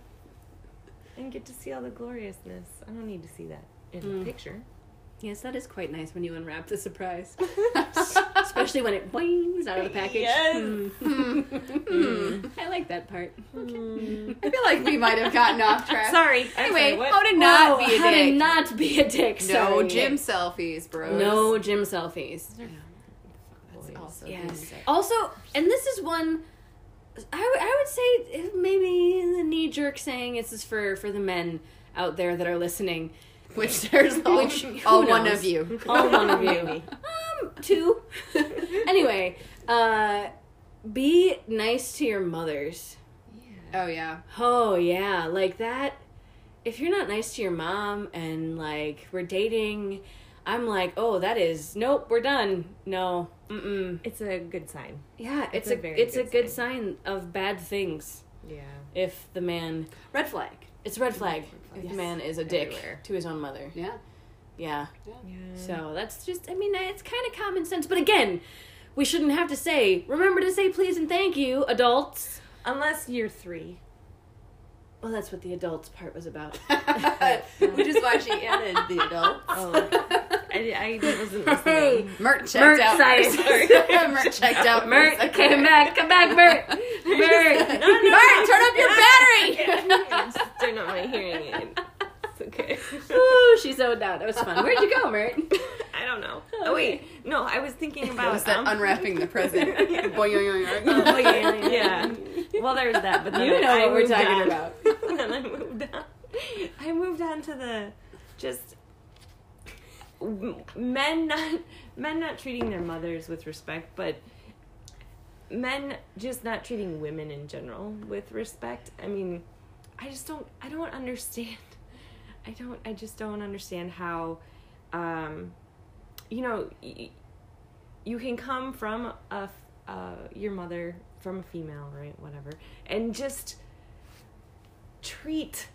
[SPEAKER 1] and get to see all the gloriousness. I don't need to see that in
[SPEAKER 2] Mm.
[SPEAKER 1] a picture.
[SPEAKER 2] Yes, that is quite nice when you unwrap the surprise, especially when it boings out of the package.
[SPEAKER 1] Yes.
[SPEAKER 2] Mm.
[SPEAKER 3] Hmm. Mm.
[SPEAKER 2] I like that part.
[SPEAKER 3] Hmm. I feel like we might have gotten off track.
[SPEAKER 1] Sorry.
[SPEAKER 3] Anyway,
[SPEAKER 1] I'm sorry,
[SPEAKER 3] how to not
[SPEAKER 2] Oh,
[SPEAKER 3] be a
[SPEAKER 2] how
[SPEAKER 3] dick.
[SPEAKER 2] to not be a dick.
[SPEAKER 3] no
[SPEAKER 2] sorry.
[SPEAKER 3] gym selfies, bros.
[SPEAKER 2] No gym selfies.
[SPEAKER 3] Yeah,
[SPEAKER 1] what?
[SPEAKER 3] that's also being
[SPEAKER 2] Yes.
[SPEAKER 3] sick.
[SPEAKER 2] Also, and this is one. I would- I would say it- maybe the knee jerk saying this is for for the men out there that are listening.
[SPEAKER 3] Which there's all,
[SPEAKER 2] Which- who
[SPEAKER 3] all one
[SPEAKER 2] knows?
[SPEAKER 3] of you.
[SPEAKER 2] All one of you. Um, two. anyway, uh, be nice to your mothers.
[SPEAKER 1] Yeah.
[SPEAKER 3] Oh yeah.
[SPEAKER 2] Oh yeah, like that. If you're not nice to your mom and like we're dating, I'm like, oh, that is nope, we're done. No, mm-mm.
[SPEAKER 1] It's a good sign.
[SPEAKER 2] Yeah,
[SPEAKER 1] It's
[SPEAKER 2] it's, a,
[SPEAKER 1] a very
[SPEAKER 2] it's
[SPEAKER 1] good
[SPEAKER 2] a good sign. of bad things
[SPEAKER 1] Yeah.
[SPEAKER 2] if the man
[SPEAKER 3] Red flag.
[SPEAKER 2] it's a red flag if
[SPEAKER 3] Yes.
[SPEAKER 2] the man is a dick
[SPEAKER 3] Everywhere.
[SPEAKER 2] to his own mother.
[SPEAKER 3] Yeah.
[SPEAKER 2] Yeah.
[SPEAKER 1] Yeah.
[SPEAKER 2] So that's just I mean it's kind of common sense, but again, we shouldn't have to say remember to say please and thank you, adults.
[SPEAKER 1] Unless you're three.
[SPEAKER 2] Well, that's what the adults part was about.
[SPEAKER 3] Which is why she added the adult.
[SPEAKER 1] Oh, I, I wasn't
[SPEAKER 2] Hey.
[SPEAKER 1] listening.
[SPEAKER 3] Mert checked
[SPEAKER 2] Mert
[SPEAKER 3] out.
[SPEAKER 2] science.
[SPEAKER 3] Sorry. Mert checked out. for a
[SPEAKER 2] Mert,
[SPEAKER 3] second.
[SPEAKER 2] came back, come back, Mert. Mert,
[SPEAKER 1] No, no,
[SPEAKER 2] Mert,
[SPEAKER 1] no.
[SPEAKER 2] turn up your battery.
[SPEAKER 1] Just turn on my hearing aid. It's okay.
[SPEAKER 2] Ooh, she's so down. That was fun. Where'd you go, Mert?
[SPEAKER 1] I don't know. Oh wait, no, I was thinking
[SPEAKER 3] It
[SPEAKER 1] about
[SPEAKER 3] was that
[SPEAKER 1] um,
[SPEAKER 3] unwrapping the present.
[SPEAKER 1] Yeah.
[SPEAKER 3] Boing, boing, boing, boing.
[SPEAKER 2] Oh, boing, boing, boing.
[SPEAKER 1] yeah. Well, there's that, but then
[SPEAKER 2] You
[SPEAKER 1] I-
[SPEAKER 2] know
[SPEAKER 1] I
[SPEAKER 2] what we're
[SPEAKER 1] moved
[SPEAKER 2] talking
[SPEAKER 1] on.
[SPEAKER 2] about.
[SPEAKER 1] then I moved on. I moved on to the just m- men not men not treating their mothers with respect, but men just not treating women in general with respect. I mean, I just don't I don't understand. I don't I just don't understand how um you know y- you can come from a f- uh, your mother from a female right whatever and just treat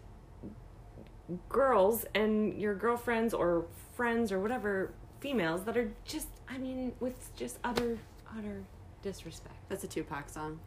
[SPEAKER 1] girls and your girlfriends or friends or whatever females that are just I mean with just utter utter disrespect.
[SPEAKER 3] That's a Tupac song.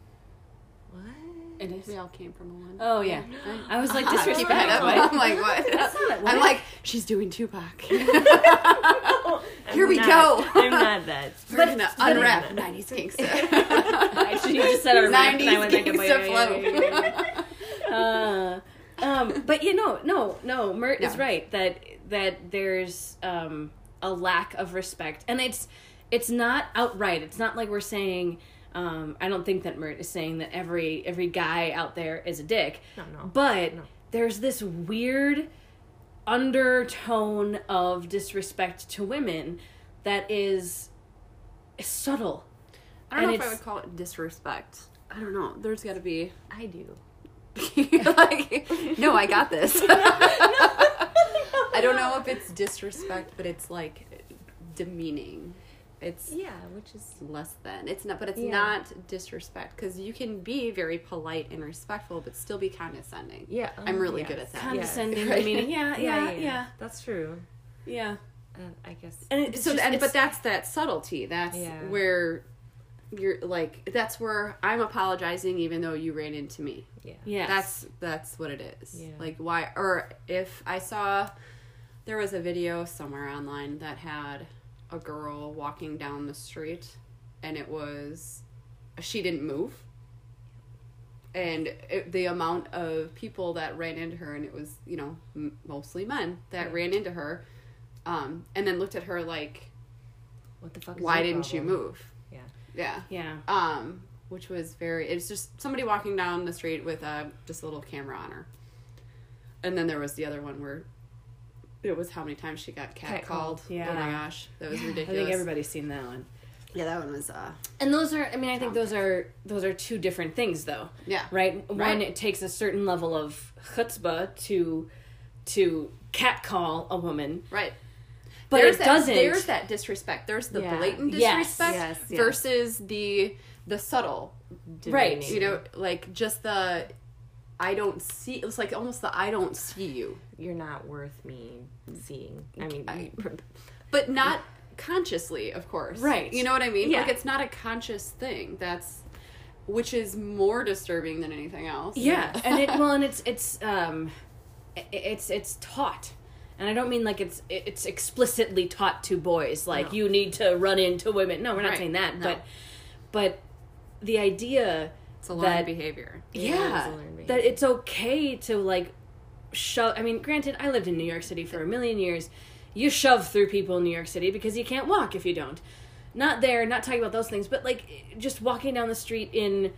[SPEAKER 1] What?
[SPEAKER 2] It is.
[SPEAKER 3] We all came from a one.
[SPEAKER 2] Oh yeah. I was like
[SPEAKER 3] Ah, keep your head up.
[SPEAKER 2] disrespectful.
[SPEAKER 3] I'm like, what?
[SPEAKER 2] That's not what?
[SPEAKER 3] I'm like, she's doing Tupac.
[SPEAKER 1] I'm
[SPEAKER 3] Here we
[SPEAKER 1] not-
[SPEAKER 3] go.
[SPEAKER 1] I'm not that.
[SPEAKER 3] We're gonna unwrap 90s gangsta.
[SPEAKER 2] Actually, you just said unwrap, and I
[SPEAKER 3] 90s
[SPEAKER 2] went like,
[SPEAKER 3] gangsta
[SPEAKER 2] yeah, yeah, yeah, yeah,
[SPEAKER 3] flow.
[SPEAKER 2] uh, um, but you know, no, no, Mert is
[SPEAKER 3] No.
[SPEAKER 2] right that that there's um, a lack of respect, and it's it's not outright. It's not like we're saying. Um, I don't think that Mert is saying that every every guy out there is a dick.
[SPEAKER 1] No, no.
[SPEAKER 2] But
[SPEAKER 1] No.
[SPEAKER 2] there's this weird undertone of disrespect to women that is subtle.
[SPEAKER 3] I
[SPEAKER 2] And
[SPEAKER 3] don't know if I
[SPEAKER 2] it's-
[SPEAKER 3] would call it disrespect. I don't know. There's got to be
[SPEAKER 1] I do.
[SPEAKER 3] like, no, I got this. I don't know if it's disrespect, but it's like demeaning. It's
[SPEAKER 1] Yeah, which is
[SPEAKER 3] less than. It's not, but it's
[SPEAKER 1] Yeah.
[SPEAKER 3] not disrespect because you can be very polite and respectful, but still be condescending.
[SPEAKER 1] yeah.
[SPEAKER 3] I'm really good at that.
[SPEAKER 2] condescending.
[SPEAKER 3] Right.
[SPEAKER 2] Meaning, yeah, yeah, yeah, yeah.
[SPEAKER 1] That's true. Uh, I guess.
[SPEAKER 2] And it's
[SPEAKER 3] so
[SPEAKER 2] just,
[SPEAKER 3] and,
[SPEAKER 2] it's-
[SPEAKER 3] but that's that subtlety that's
[SPEAKER 1] Yeah.
[SPEAKER 3] where you're like that's where i'm apologizing even though you ran into me
[SPEAKER 1] Yeah.
[SPEAKER 2] yes.
[SPEAKER 3] that's that's what it is
[SPEAKER 1] Yeah.
[SPEAKER 3] like why or if i saw there was a video somewhere online that had a girl walking down the street and it was she didn't move and it, the amount of people that ran into her and it was you know m- mostly men that ran into her um, and then looked at her like
[SPEAKER 1] What the fuck? Is
[SPEAKER 3] why
[SPEAKER 1] your
[SPEAKER 3] didn't you
[SPEAKER 1] problem?
[SPEAKER 3] move
[SPEAKER 1] Yeah.
[SPEAKER 3] yeah
[SPEAKER 2] yeah.
[SPEAKER 3] um which was very it's just somebody walking down the street with a just a little camera on her and then there was the other one where it was how many times she got catcalled.
[SPEAKER 1] Catcalled,
[SPEAKER 2] yeah.
[SPEAKER 3] oh my gosh that was
[SPEAKER 2] I
[SPEAKER 3] ridiculous
[SPEAKER 2] think everybody's seen that one.
[SPEAKER 3] yeah that one was uh
[SPEAKER 2] And those are, I mean, I think those are those are two different things, though,
[SPEAKER 3] yeah
[SPEAKER 2] right? One,
[SPEAKER 3] Right.
[SPEAKER 2] it takes a certain level of chutzpah to to catcall a woman,
[SPEAKER 3] right
[SPEAKER 2] but
[SPEAKER 3] there's
[SPEAKER 2] it
[SPEAKER 3] that,
[SPEAKER 2] doesn't.
[SPEAKER 3] there's that disrespect there's the
[SPEAKER 1] Yeah.
[SPEAKER 3] blatant
[SPEAKER 2] Yes.
[SPEAKER 3] disrespect
[SPEAKER 1] Yes, yes.
[SPEAKER 3] versus the the subtle
[SPEAKER 2] Right.
[SPEAKER 1] Demeaning.
[SPEAKER 3] you know like just the i don't see it was like almost the i don't see you
[SPEAKER 1] you're not worth me seeing. I mean,
[SPEAKER 3] I- but not consciously, of course.
[SPEAKER 2] Right.
[SPEAKER 3] You know what I mean?
[SPEAKER 2] Yeah.
[SPEAKER 3] Like it's not a conscious thing. That's which is more disturbing than anything else.
[SPEAKER 2] yeah, and it well, and it's it's um, i- it's it's taught, and I don't mean like it's it's explicitly taught to boys, like
[SPEAKER 1] No.
[SPEAKER 2] you need to run into women. No, we're not
[SPEAKER 3] Right.
[SPEAKER 2] saying that,
[SPEAKER 3] No.
[SPEAKER 2] but but the idea
[SPEAKER 3] it's a learned
[SPEAKER 2] that-
[SPEAKER 3] behavior.
[SPEAKER 1] Yeah,
[SPEAKER 2] yeah
[SPEAKER 1] it's a learned
[SPEAKER 2] that
[SPEAKER 1] behavior.
[SPEAKER 2] it's okay to like shove i mean granted i lived in new york city for a million years you shove through people in new york city because you can't walk if you don't not there not talking about those things but like just walking down the street in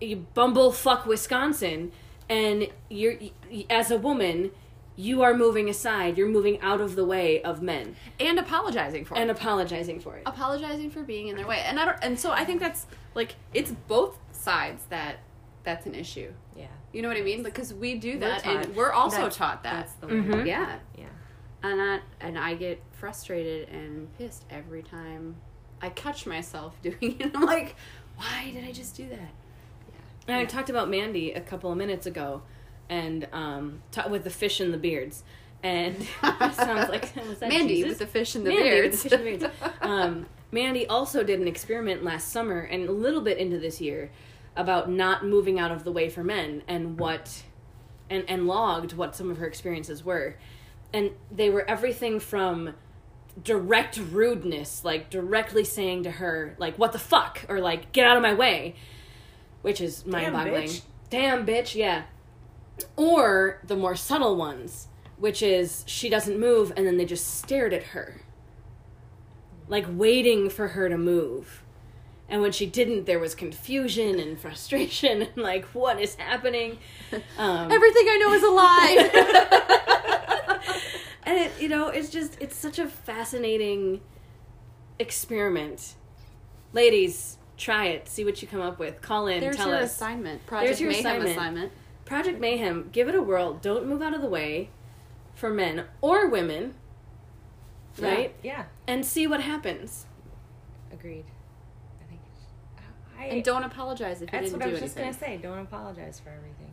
[SPEAKER 2] bumblefuck wisconsin and you're y- as a woman you are moving aside you're moving out of the way of men
[SPEAKER 3] And apologizing for
[SPEAKER 2] and
[SPEAKER 3] it.
[SPEAKER 2] apologizing for it
[SPEAKER 3] apologizing for being in their way. And I don't and so I think that's like it's both sides that that's an issue.
[SPEAKER 1] yeah.
[SPEAKER 3] You know what I mean? Because we do that
[SPEAKER 1] taught-
[SPEAKER 3] and we're also
[SPEAKER 1] that's-
[SPEAKER 3] taught that. Mm-hmm.
[SPEAKER 1] That's the word.
[SPEAKER 2] Mhm.
[SPEAKER 3] Yeah.
[SPEAKER 1] Yeah.
[SPEAKER 3] and I, and I get frustrated and pissed every time I catch myself doing it. I'm like, why did I just do that?
[SPEAKER 2] And I talked about Mandy a couple of minutes ago, and um, ta- with the fish and the beards, and sounds like was that
[SPEAKER 3] Mandy
[SPEAKER 2] Jesus?
[SPEAKER 3] with the fish and the
[SPEAKER 2] Mandy
[SPEAKER 3] beards.
[SPEAKER 2] with the fish and the beards. um, Mandy also did an experiment last summer and a little bit into this year about not moving out of the way for men and what and and logged what some of her experiences were and they were everything from direct rudeness like directly saying to her like what the fuck or like get out of my way which is mind-boggling
[SPEAKER 1] bitch.
[SPEAKER 2] damn bitch yeah or the more subtle ones which is she doesn't move and then they just stared at her like waiting for her to move and when she didn't there was confusion and frustration and like what is happening um,
[SPEAKER 3] Everything I know is a lie.
[SPEAKER 2] and it you know it's just it's such a fascinating experiment ladies try it see what you come up with call in
[SPEAKER 3] There's
[SPEAKER 2] tell
[SPEAKER 3] your
[SPEAKER 2] us
[SPEAKER 3] assignment. Project
[SPEAKER 2] your
[SPEAKER 3] Mayhem
[SPEAKER 2] assignment.
[SPEAKER 3] assignment.
[SPEAKER 2] project mayhem give it a whirl don't move out of the way for men or women
[SPEAKER 3] Yeah.
[SPEAKER 2] right
[SPEAKER 1] Yeah.
[SPEAKER 2] and see what happens
[SPEAKER 1] Agreed. I think. I,
[SPEAKER 3] And don't apologize if you
[SPEAKER 1] that's
[SPEAKER 3] didn't
[SPEAKER 1] what
[SPEAKER 3] do
[SPEAKER 1] I was just
[SPEAKER 3] anything.
[SPEAKER 1] gonna say. Don't apologize for everything.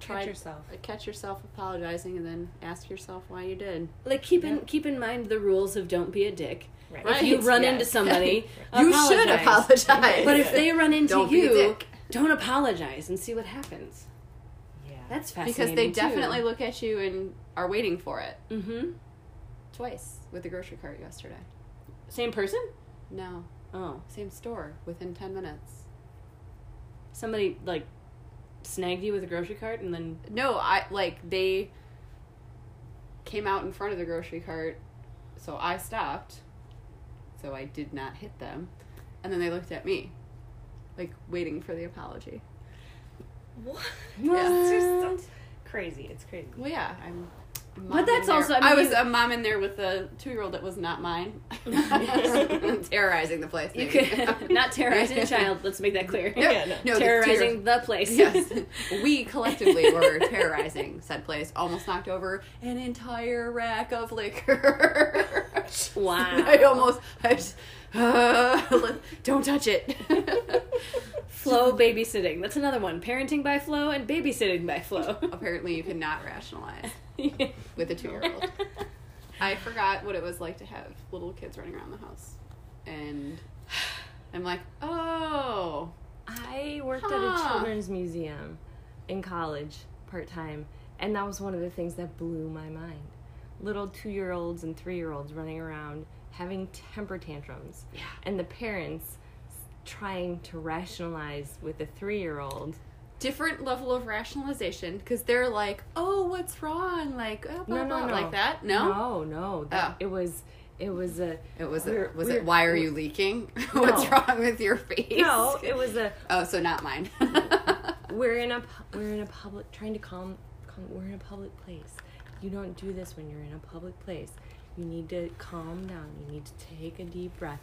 [SPEAKER 3] Try-
[SPEAKER 1] Catch yourself.
[SPEAKER 3] Catch yourself apologizing and then ask yourself why you did.
[SPEAKER 2] like keep in
[SPEAKER 1] Yeah.
[SPEAKER 2] keep in mind the rules of don't be a dick
[SPEAKER 1] Right.
[SPEAKER 2] if you
[SPEAKER 3] Right,
[SPEAKER 2] run
[SPEAKER 3] yes.
[SPEAKER 2] into somebody
[SPEAKER 3] You should apologize.
[SPEAKER 2] but if they run into
[SPEAKER 3] Don't be a
[SPEAKER 2] you
[SPEAKER 3] dick.
[SPEAKER 2] don't apologize and see what happens
[SPEAKER 1] Yeah.
[SPEAKER 2] that's
[SPEAKER 3] because
[SPEAKER 2] fascinating
[SPEAKER 3] they definitely look at you and are waiting for it.
[SPEAKER 2] mm-hmm
[SPEAKER 3] Twice with the grocery cart yesterday.
[SPEAKER 2] same person
[SPEAKER 3] No.
[SPEAKER 2] oh
[SPEAKER 3] Same store within 10 minutes.
[SPEAKER 2] somebody like snagged you with a grocery cart and then
[SPEAKER 3] No, I like they came out in front of the grocery cart, so I stopped. so I did not hit them. And then they looked at me, like waiting for the apology.
[SPEAKER 1] What?
[SPEAKER 3] Yeah.
[SPEAKER 1] It's just so crazy. It's crazy.
[SPEAKER 3] Well, yeah, I'm. a mom
[SPEAKER 2] But
[SPEAKER 3] in
[SPEAKER 2] that's
[SPEAKER 3] there.
[SPEAKER 2] also- I
[SPEAKER 3] I,
[SPEAKER 2] mean-
[SPEAKER 3] was a mom in there with a two-year-old that was not mine, terrorizing the place.
[SPEAKER 2] You
[SPEAKER 3] maybe.
[SPEAKER 2] could not terrorizing a child. Let's make that clear.
[SPEAKER 1] Yeah, no.
[SPEAKER 3] No, the
[SPEAKER 2] terrorizing the place.
[SPEAKER 3] Yes. We collectively were terrorizing said place, almost knocked over an entire rack of liquor.
[SPEAKER 2] Wow.
[SPEAKER 3] I almost, I just, uh, don't touch it.
[SPEAKER 2] Flow babysitting. That's another one. Parenting by flow and babysitting by flow.
[SPEAKER 3] Apparently, you cannot rationalize
[SPEAKER 2] Yeah.
[SPEAKER 3] with a two year old. I forgot what it was like to have little kids running around the house. And I'm like, oh,
[SPEAKER 1] I worked at a
[SPEAKER 3] Huh.
[SPEAKER 1] children's museum in college part time, and that was one of the things that blew my mind. Little two year olds and three year olds running around having temper tantrums,
[SPEAKER 3] Yeah.
[SPEAKER 1] and the parents trying to rationalize with a three year old.
[SPEAKER 3] different level of rationalization because they're like, oh, what's wrong? Like, oh, blah,
[SPEAKER 1] No, no,
[SPEAKER 3] blah,
[SPEAKER 1] no.
[SPEAKER 3] like that. No,
[SPEAKER 1] no, no. That,
[SPEAKER 3] Oh.
[SPEAKER 1] It was, it was a.
[SPEAKER 3] it was.
[SPEAKER 1] We're-
[SPEAKER 3] was
[SPEAKER 1] we're-
[SPEAKER 3] it? Why are you leaking? what's
[SPEAKER 1] No.
[SPEAKER 3] wrong with your face?
[SPEAKER 1] No, it was a.
[SPEAKER 3] Oh, so not mine.
[SPEAKER 1] We're in a pu- we're in a public trying to calm, calm we're in a public place. You don't do this when you're in a public place. You need to calm down. You need to take a deep breath.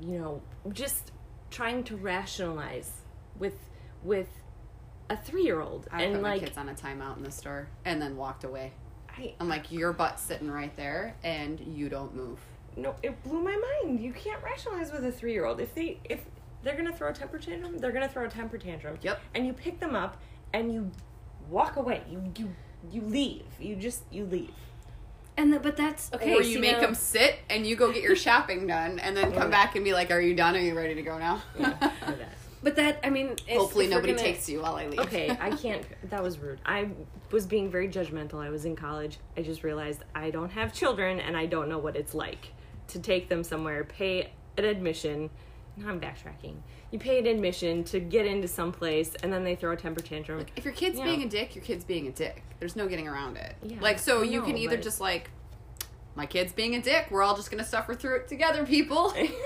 [SPEAKER 1] You know, just trying to rationalize with with a 3-year-old
[SPEAKER 3] I
[SPEAKER 1] and
[SPEAKER 3] put my
[SPEAKER 1] like
[SPEAKER 3] kids on a timeout in the store and then walked away.
[SPEAKER 1] I
[SPEAKER 3] I'm like, your butt's sitting right there and you don't move.
[SPEAKER 1] no, it blew my mind. You can't rationalize with a 3-year-old. If they if they're going to throw a temper tantrum, they're going to throw a temper tantrum.
[SPEAKER 3] Yep.
[SPEAKER 1] and you pick them up and you walk away. You you you leave. You just you leave.
[SPEAKER 2] And the, but that's okay.
[SPEAKER 3] or
[SPEAKER 2] so
[SPEAKER 3] you make
[SPEAKER 2] now-
[SPEAKER 3] them sit and you go get your shopping done and then come back and be like, are you done? Are you ready to go now?
[SPEAKER 2] But that I mean, if,
[SPEAKER 3] Hopefully
[SPEAKER 2] if we're
[SPEAKER 3] nobody
[SPEAKER 2] gonna-
[SPEAKER 3] takes you while I leave.
[SPEAKER 1] okay, I can't. That was rude. I was being very judgmental. I was in college. I just realized I don't have children and I don't know what it's like to take them somewhere, pay an admission. Now I'm backtracking. You pay an admission to get into some place, and then they throw a temper tantrum.
[SPEAKER 3] if your kid's
[SPEAKER 1] Yeah.
[SPEAKER 3] being a dick, your kid's being a dick. There's no getting around it.
[SPEAKER 1] Yeah,
[SPEAKER 3] like, so
[SPEAKER 1] I
[SPEAKER 3] you can
[SPEAKER 1] know,
[SPEAKER 3] either
[SPEAKER 1] but-
[SPEAKER 3] just like, my kid's being a dick. We're all just gonna suffer through it together, people.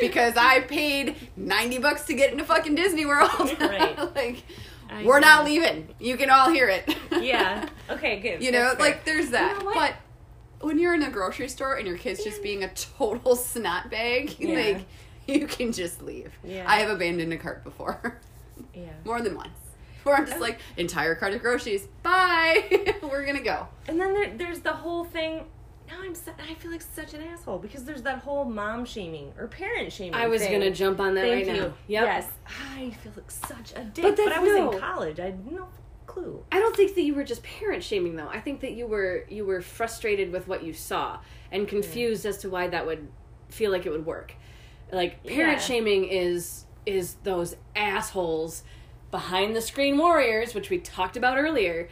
[SPEAKER 3] because I paid ninety bucks to get into fucking Disney World.
[SPEAKER 1] Right.
[SPEAKER 3] like,
[SPEAKER 1] I
[SPEAKER 3] we're
[SPEAKER 1] know.
[SPEAKER 3] not leaving. You can all hear it.
[SPEAKER 1] yeah. Okay. Good.
[SPEAKER 3] You know,
[SPEAKER 1] That's fair.
[SPEAKER 3] like there's that.
[SPEAKER 1] know what?
[SPEAKER 3] but when you're in a grocery store and your kid's just being a total snot bag,
[SPEAKER 1] Yeah.
[SPEAKER 3] like you can just leave.
[SPEAKER 1] Yeah.
[SPEAKER 3] I have abandoned a cart before,
[SPEAKER 1] Yeah.
[SPEAKER 3] more than once. Where I'm just like entire cart of groceries. Bye. We're gonna go.
[SPEAKER 1] And then there, there's the whole thing. Now I'm su- I feel like such an asshole because there's that whole mom shaming or parent shaming.
[SPEAKER 2] I was
[SPEAKER 1] thing.
[SPEAKER 2] gonna jump on that
[SPEAKER 1] Thank
[SPEAKER 2] right
[SPEAKER 1] you.
[SPEAKER 2] now. Yep.
[SPEAKER 1] Yes, I feel like such a dick. But,
[SPEAKER 2] that's
[SPEAKER 1] I was
[SPEAKER 2] no-
[SPEAKER 1] in college. I had no clue.
[SPEAKER 2] I don't think that you were just parent shaming though. I think that you were you were frustrated with what you saw and confused as to why that would feel like it would work. Like
[SPEAKER 1] Yeah.
[SPEAKER 2] parent shaming is is those assholes behind the screen warriors, which we talked about earlier.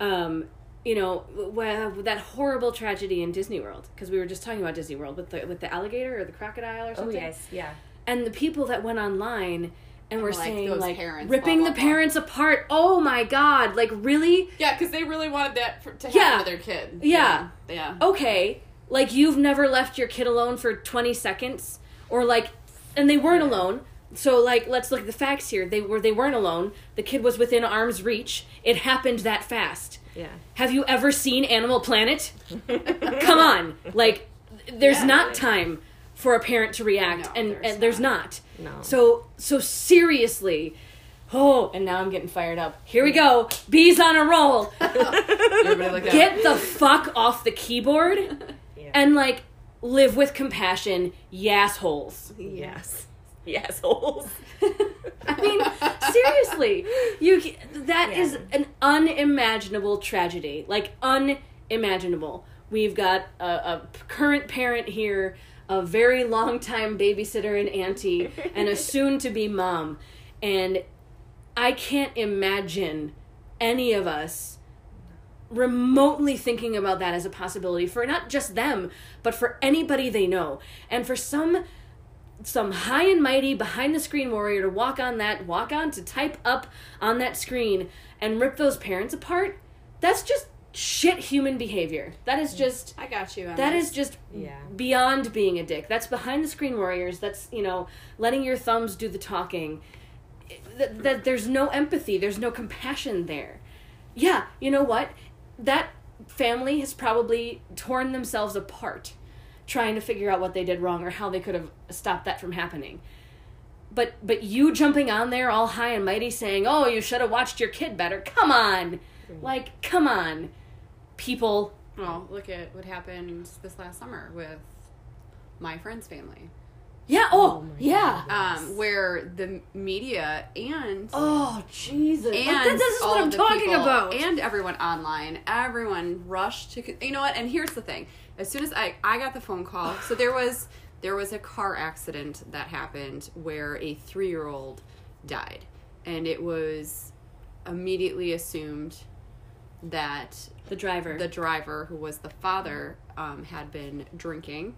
[SPEAKER 2] Um, you know, well, that horrible tragedy in Disney World because we were just talking about Disney World with the with the alligator or the crocodile
[SPEAKER 3] Oh,
[SPEAKER 2] or something.
[SPEAKER 1] Oh, yeah.
[SPEAKER 2] And the people that went online and were
[SPEAKER 3] Like
[SPEAKER 2] saying
[SPEAKER 3] those
[SPEAKER 2] like
[SPEAKER 3] parents, blah,
[SPEAKER 2] ripping
[SPEAKER 3] blah,
[SPEAKER 2] the
[SPEAKER 3] blah.
[SPEAKER 2] parents apart. Oh my god! Like really?
[SPEAKER 4] Yeah, because they really wanted that for, to happen
[SPEAKER 2] Yeah.
[SPEAKER 4] to their kid.
[SPEAKER 2] Yeah.
[SPEAKER 4] Yeah.
[SPEAKER 3] Oh.
[SPEAKER 2] okay, like you've never left your kid alone for 20 seconds or like and they weren't alone. So like let's look at the facts here. They were they weren't alone. The kid was within arm's reach. It happened that fast.
[SPEAKER 1] Yeah.
[SPEAKER 2] Have you ever seen Animal Planet? Come on. Like there's
[SPEAKER 4] Yeah.
[SPEAKER 2] not time for a parent to react
[SPEAKER 3] No,
[SPEAKER 2] and
[SPEAKER 3] there's
[SPEAKER 2] and there's not.
[SPEAKER 1] No.
[SPEAKER 2] So so seriously, Oh, and now I'm getting fired up. Here we go. Bees on a roll.
[SPEAKER 3] Everybody like that.
[SPEAKER 2] Get the fuck off the keyboard
[SPEAKER 1] yeah.
[SPEAKER 2] and like live with compassion, yassholes.
[SPEAKER 1] yes. Yes, holes.
[SPEAKER 2] I mean, seriously, you ca- that
[SPEAKER 1] Yeah.
[SPEAKER 2] is an unimaginable tragedy. Like unimaginable. We've got a, a p- current parent here, a very long time babysitter and auntie, and a soon to be mom, and I can't imagine any of us remotely thinking about that as a possibility for not just them, but for anybody they know. And for some some high and mighty behind the screen warrior to walk on that, walk on to type up on that screen and rip those parents apart, that's just shit human behavior. That is just
[SPEAKER 3] I got you. On
[SPEAKER 2] that
[SPEAKER 3] this.
[SPEAKER 2] is just
[SPEAKER 1] Yeah.
[SPEAKER 2] beyond being a dick. That's behind the screen warriors. That's you know letting your thumbs do the talking. That, that there's no empathy. There's no compassion there. Yeah, you know what? That family has probably torn themselves apart, trying to figure out what they did wrong or how they could have stopped that from happening. But but you jumping on there all high and mighty saying, "Oh, you should have watched your kid better." Come on, like come on, people.
[SPEAKER 3] Well, look at what happened this last summer with my friend's family,
[SPEAKER 2] Yeah. Oh,
[SPEAKER 1] Oh my
[SPEAKER 2] yeah. Uh,
[SPEAKER 3] um, where the media and
[SPEAKER 2] Oh Jesus!
[SPEAKER 3] and
[SPEAKER 2] But this is
[SPEAKER 3] all
[SPEAKER 2] what
[SPEAKER 3] of
[SPEAKER 2] I'm
[SPEAKER 3] the
[SPEAKER 2] talking
[SPEAKER 3] people
[SPEAKER 2] about.
[SPEAKER 3] and everyone online, everyone rushed to. You know what? And here's the thing: as soon as I I got the phone call, so there was there was a car accident that happened where a three year old died, and it was immediately assumed that
[SPEAKER 2] the driver.
[SPEAKER 3] the driver who was the father um, had been drinking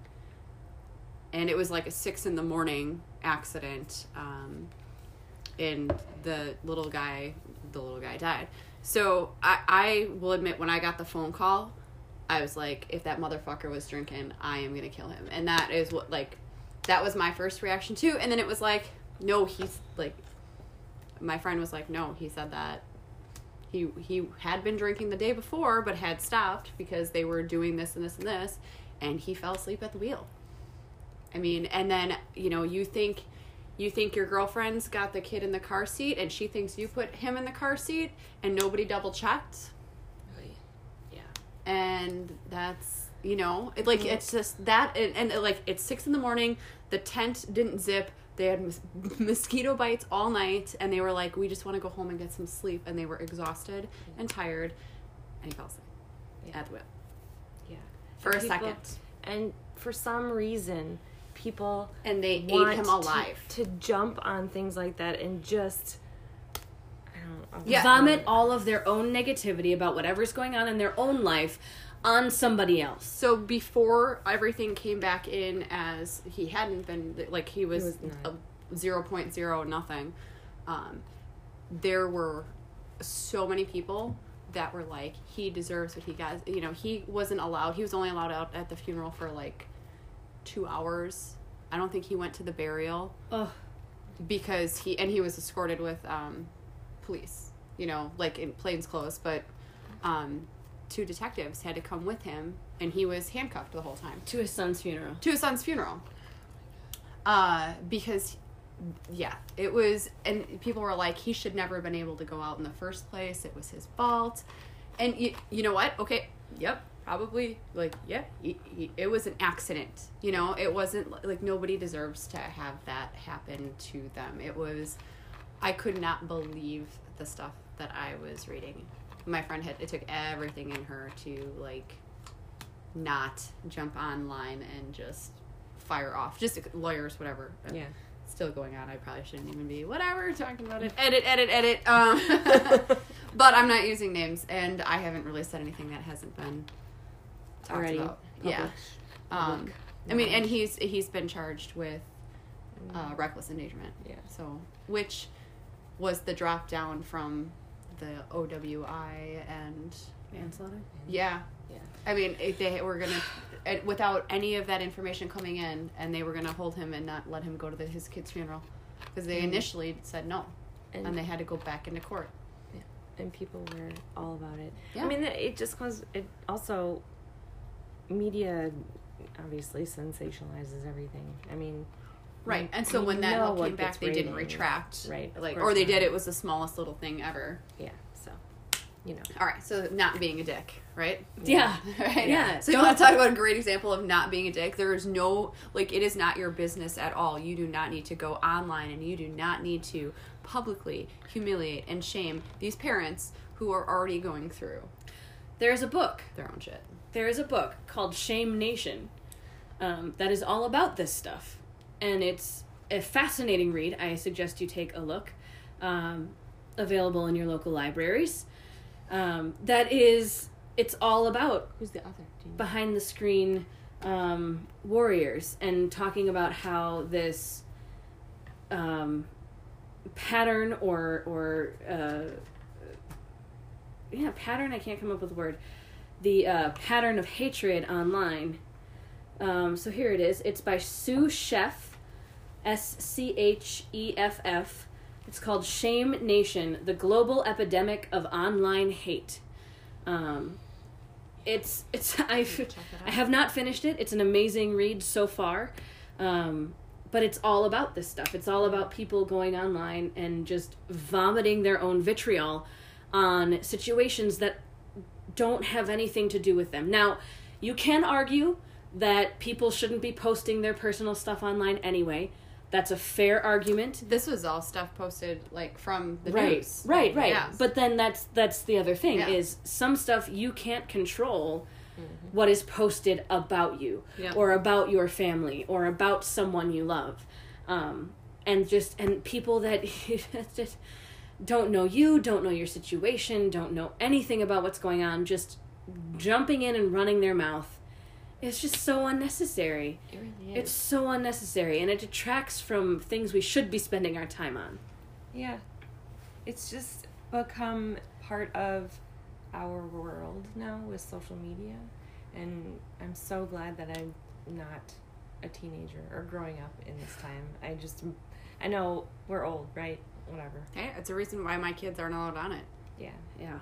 [SPEAKER 3] and it was like a six in the morning accident um, and the little guy the little guy died so I, I will admit when i got the phone call i was like if that motherfucker was drinking i am gonna kill him and that is what like that was my first reaction too and then it was like no he's like my friend was like no he said that he he had been drinking the day before but had stopped because they were doing this and this and this and he fell asleep at the wheel i mean and then you know you think you think your girlfriend's got the kid in the car seat and she thinks you put him in the car seat and nobody double checked
[SPEAKER 1] Yeah.
[SPEAKER 3] and that's you know it,
[SPEAKER 1] Mm.
[SPEAKER 3] like it's just that and, and like it's six in the morning the tent didn't zip they had mos- mosquito bites all night and they were like we just want to go home and get some sleep and they were exhausted and tired and he fell asleep
[SPEAKER 1] Yeah.
[SPEAKER 3] at the wheel
[SPEAKER 1] Yeah.
[SPEAKER 3] for
[SPEAKER 1] And
[SPEAKER 3] a
[SPEAKER 1] people-
[SPEAKER 3] second
[SPEAKER 1] And for some reason, people
[SPEAKER 3] and they
[SPEAKER 1] want
[SPEAKER 3] ate him
[SPEAKER 1] to-
[SPEAKER 3] alive
[SPEAKER 1] To, jump on things like that and just I don't know.
[SPEAKER 3] Yeah.
[SPEAKER 2] Vomit all of their own negativity about whatever's going on in their own life on somebody else.
[SPEAKER 3] so before everything came back in as he hadn't been like he was,
[SPEAKER 1] was not.
[SPEAKER 3] a 0.0 nothing um, there were so many people that were like he deserves what he got you know he wasn't allowed he was only allowed out at the funeral for like two hours i don't think he went to the burial
[SPEAKER 2] Ugh.
[SPEAKER 3] because he and he was escorted with um, police, you know, like in plains clothes, but um, two detectives had to come with him, and he was handcuffed the whole time
[SPEAKER 2] To his son's funeral.
[SPEAKER 3] to his son's funeral. Uh, because, yeah, it was, and people were like, he should never have been able to go out in the first place. It was his fault, and you, you know what? Okay, yep, probably like yeah, y- y- it was an accident. You know, it wasn't li- like nobody deserves to have that happen to them. It was, I could not believe the stuff that I was reading. My friend had it took everything in her to like not jump online and just fire off just lawyers whatever But
[SPEAKER 1] Yeah.
[SPEAKER 3] it's still going on i probably shouldn't even be whatever talking about it edit edit edit um but i'm not using names and i haven't really said anything that hasn't been talked
[SPEAKER 1] Already
[SPEAKER 3] about yeah um i mean and he's he's been charged with uh,
[SPEAKER 1] Mm.
[SPEAKER 3] reckless endangerment
[SPEAKER 1] Yeah.
[SPEAKER 3] so which was the drop down from the owi and
[SPEAKER 2] Manslaughter.
[SPEAKER 3] yeah.
[SPEAKER 1] Yeah.
[SPEAKER 3] I mean, if they were going to, without any of that information coming in, and they were going to hold him and not let him go to the, his kid's funeral. Because they initially said no, and,
[SPEAKER 1] Mm. and
[SPEAKER 3] they had to go back into court.
[SPEAKER 1] and people were all about it.
[SPEAKER 3] Yeah.
[SPEAKER 1] I mean, it it just comes. It also media obviously sensationalizes everything. I mean,
[SPEAKER 3] Right. And so
[SPEAKER 1] we
[SPEAKER 3] when that
[SPEAKER 1] know
[SPEAKER 3] all
[SPEAKER 1] what
[SPEAKER 3] came back,
[SPEAKER 1] gets
[SPEAKER 3] they didn't
[SPEAKER 1] ratings.
[SPEAKER 3] retract.
[SPEAKER 1] Right, of
[SPEAKER 3] Like,
[SPEAKER 1] course
[SPEAKER 3] or they
[SPEAKER 1] not.
[SPEAKER 3] did. It was the smallest little thing ever.
[SPEAKER 1] yeah. So, you know,
[SPEAKER 3] All right. So not being a dick, right?
[SPEAKER 2] Yeah.
[SPEAKER 3] Right?
[SPEAKER 2] Yeah.
[SPEAKER 3] So you want to talk about a great example of not being a dick? There is no like it is not your business at all. You do not need to go online and you do not need to publicly humiliate and shame these parents who are already going through
[SPEAKER 2] There's a book.
[SPEAKER 3] their own shit.
[SPEAKER 2] There is a book called Shame Nation um, that is all about this stuff. And it's a fascinating read. I suggest you take a look. Um, available in your local libraries. Um, that is, it's all about
[SPEAKER 1] who's the other? Do you
[SPEAKER 2] behind the screen um, warriors and talking about how this um, pattern or or uh, yeah pattern I can't come up with a word the uh, pattern of hatred online. Um, so here it is. It's by Sue Chef, S C H E F F. It's called Shame Nation: The Global Epidemic of Online Hate. Um, it's it's I I have not finished it. It's an amazing read so far, um, but it's all about this stuff. It's all about people going online and just vomiting their own vitriol on situations that don't have anything to do with them. Now, you can argue that people shouldn't be posting their personal stuff online anyway. That's a fair argument.
[SPEAKER 3] This was all stuff posted like from the
[SPEAKER 2] right.
[SPEAKER 3] news.
[SPEAKER 2] Right, right.
[SPEAKER 3] Yeah.
[SPEAKER 2] But then that's that's the other thing
[SPEAKER 3] Yeah.
[SPEAKER 2] is some stuff you can't control
[SPEAKER 3] Mm-hmm.
[SPEAKER 2] what is posted about you
[SPEAKER 1] Yeah.
[SPEAKER 2] or about your family or about someone you love. Um, and just and people that just don't know you, don't know your situation, don't know anything about what's going on, just jumping in and running their mouth. It's just so unnecessary.
[SPEAKER 1] It really
[SPEAKER 2] It's so unnecessary and it detracts from things we should be spending our time on.
[SPEAKER 1] Yeah. It's just become part of our world now with social media. And I'm so glad that I'm not a teenager or growing up in this time. I just, I know we're old, right? Whatever.
[SPEAKER 3] Hey, it's a reason why my kids aren't allowed on it
[SPEAKER 1] Yeah.
[SPEAKER 2] Yeah.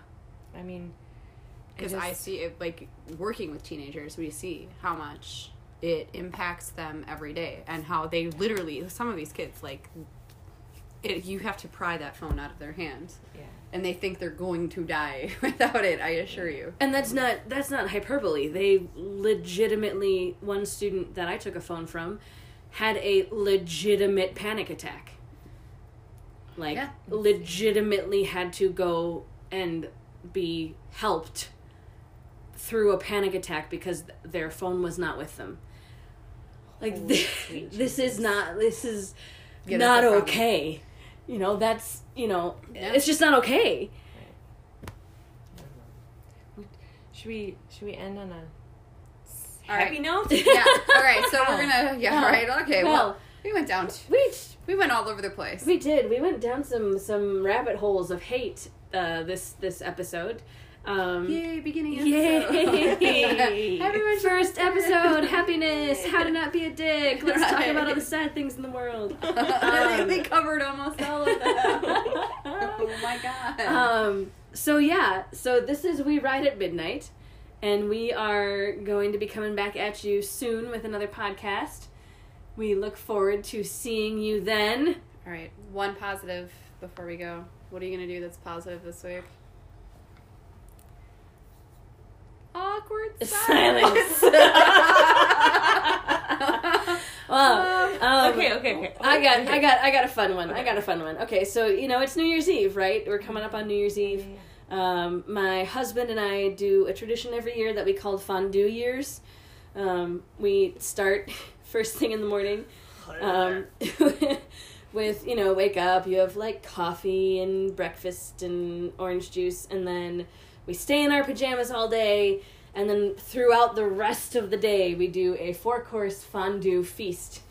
[SPEAKER 1] I mean, I
[SPEAKER 3] because I
[SPEAKER 1] just-
[SPEAKER 3] see it like working with teenagers. We see how much it impacts them every day and how they literally some of these kids like it, you have to pry that phone out of their hand
[SPEAKER 1] Yeah.
[SPEAKER 3] and they think they're going to die without it. I assure you.
[SPEAKER 2] And that's not that's not hyperbole. They legitimately one student that I took a phone from had a legitimate panic attack. Like
[SPEAKER 3] Yeah.
[SPEAKER 2] legitimately had to go and be helped through a panic attack because th- their phone was not with them. Like
[SPEAKER 1] Holy
[SPEAKER 2] this,
[SPEAKER 1] sweet
[SPEAKER 2] this
[SPEAKER 1] Jesus.
[SPEAKER 2] is not this is
[SPEAKER 3] Yeah, that's
[SPEAKER 2] not
[SPEAKER 3] a problem.
[SPEAKER 2] okay. You know, that's, you know,
[SPEAKER 3] Yeah.
[SPEAKER 2] it's just not okay.
[SPEAKER 1] Should we, should we end on a
[SPEAKER 3] All
[SPEAKER 1] happy note?
[SPEAKER 3] Yeah. All right. So we're gonna. Yeah.
[SPEAKER 2] Well,
[SPEAKER 3] All right. Okay. Well,
[SPEAKER 2] well.
[SPEAKER 3] we went down. To,
[SPEAKER 2] We
[SPEAKER 3] we went all over the place.
[SPEAKER 2] We did. We went down some some rabbit holes of hate uh, this this episode. Um,
[SPEAKER 3] Yay! Beginning.
[SPEAKER 2] Yay.
[SPEAKER 3] episode. Everyone should-
[SPEAKER 2] First episode, happiness, how to not be a dick. Let's talk about all the sad things in the world.
[SPEAKER 3] They- they covered almost all of that. oh my god.
[SPEAKER 2] um, so yeah, so this is we ride at midnight, and we are going to be coming back at you soon with another podcast. We look forward to seeing you then.
[SPEAKER 3] all right. One positive before we go. What are you gonna do that's positive this week? Awkward silence.
[SPEAKER 2] Well, um,
[SPEAKER 1] okay, okay, okay.
[SPEAKER 2] I got, I got, I got a fun one. I got a fun one. Okay, so you know it's New Year's Eve, right? We're coming up on New Year's Eve. Um, my husband and I do a tradition every year that we call fondue years. Um, we start first thing in the morning um, with you know wake up. You have like coffee and breakfast and orange juice, and then we stay in our pajamas all day. And then throughout the rest of the day, we do a four course fondue feast.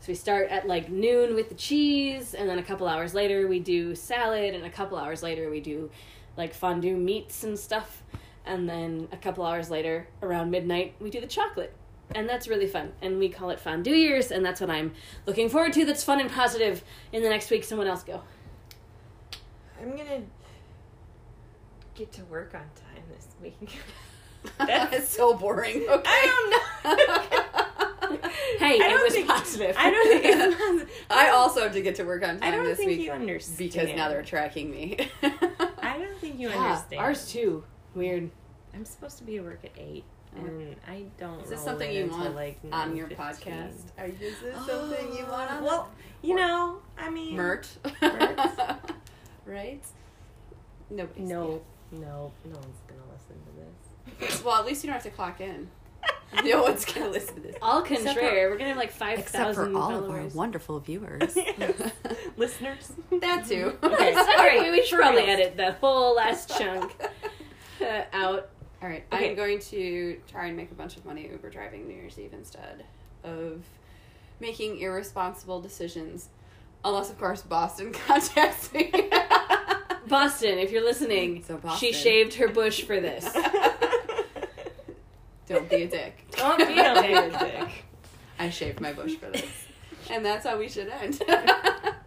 [SPEAKER 2] So we start at like noon with the cheese, and then a couple hours later we do salad, and a couple hours later we do like fondue meats and stuff, and then a couple hours later around midnight we do the chocolate. And that's really fun. And we call it fondue years, and that's what I'm looking forward to. That's fun and positive. In the next week, someone else go.
[SPEAKER 1] I'm gonna get to work on time this week. That's-
[SPEAKER 3] That's so boring. Okay.
[SPEAKER 1] I don't know.
[SPEAKER 2] Hey,
[SPEAKER 1] I
[SPEAKER 2] it
[SPEAKER 1] don't
[SPEAKER 2] was
[SPEAKER 1] think-
[SPEAKER 2] positive.
[SPEAKER 1] I don't think it's possible.
[SPEAKER 3] I also have to get to work on time
[SPEAKER 1] I don't
[SPEAKER 3] this
[SPEAKER 1] think
[SPEAKER 3] week
[SPEAKER 1] you understand.
[SPEAKER 3] because now they're tracking me.
[SPEAKER 1] I don't think you
[SPEAKER 2] Yeah,
[SPEAKER 1] understand.
[SPEAKER 2] Ours too. Weird.
[SPEAKER 1] I'm supposed to be at work at eight, and I don't.
[SPEAKER 3] Uh-huh. Is this
[SPEAKER 1] roll
[SPEAKER 3] something
[SPEAKER 1] in
[SPEAKER 3] you
[SPEAKER 1] until,
[SPEAKER 3] want
[SPEAKER 1] like
[SPEAKER 3] on your
[SPEAKER 1] 9:15.
[SPEAKER 3] podcast. Are you, is this something you want on
[SPEAKER 1] Well, you know, I mean,
[SPEAKER 3] Mert?
[SPEAKER 1] Mert.
[SPEAKER 3] right? Nobody's
[SPEAKER 1] No, no, no one's gonna listen to this.
[SPEAKER 3] Well, at least you don't have to clock in. No one's gonna listen to this.
[SPEAKER 2] All
[SPEAKER 3] Except for-
[SPEAKER 2] contraire. We're gonna have like five thousand followers.
[SPEAKER 3] wonderful viewers.
[SPEAKER 1] Yes. Listeners,
[SPEAKER 3] that too.
[SPEAKER 2] Okay, sorry. We should probably
[SPEAKER 3] reals.
[SPEAKER 2] edit the whole last chunk uh, out.
[SPEAKER 3] All right,
[SPEAKER 1] Okay.
[SPEAKER 3] I'm going to try and make a bunch of money Uber driving New Year's Eve instead of making irresponsible decisions. Unless, of course, Boston contacts me.
[SPEAKER 2] Boston, if you're listening,
[SPEAKER 3] So Boston.
[SPEAKER 2] she shaved her bush for this.
[SPEAKER 3] Don't be a dick.
[SPEAKER 2] Don't
[SPEAKER 1] You don't be a dick.
[SPEAKER 3] I shaved my bush for this. And that's how we should end.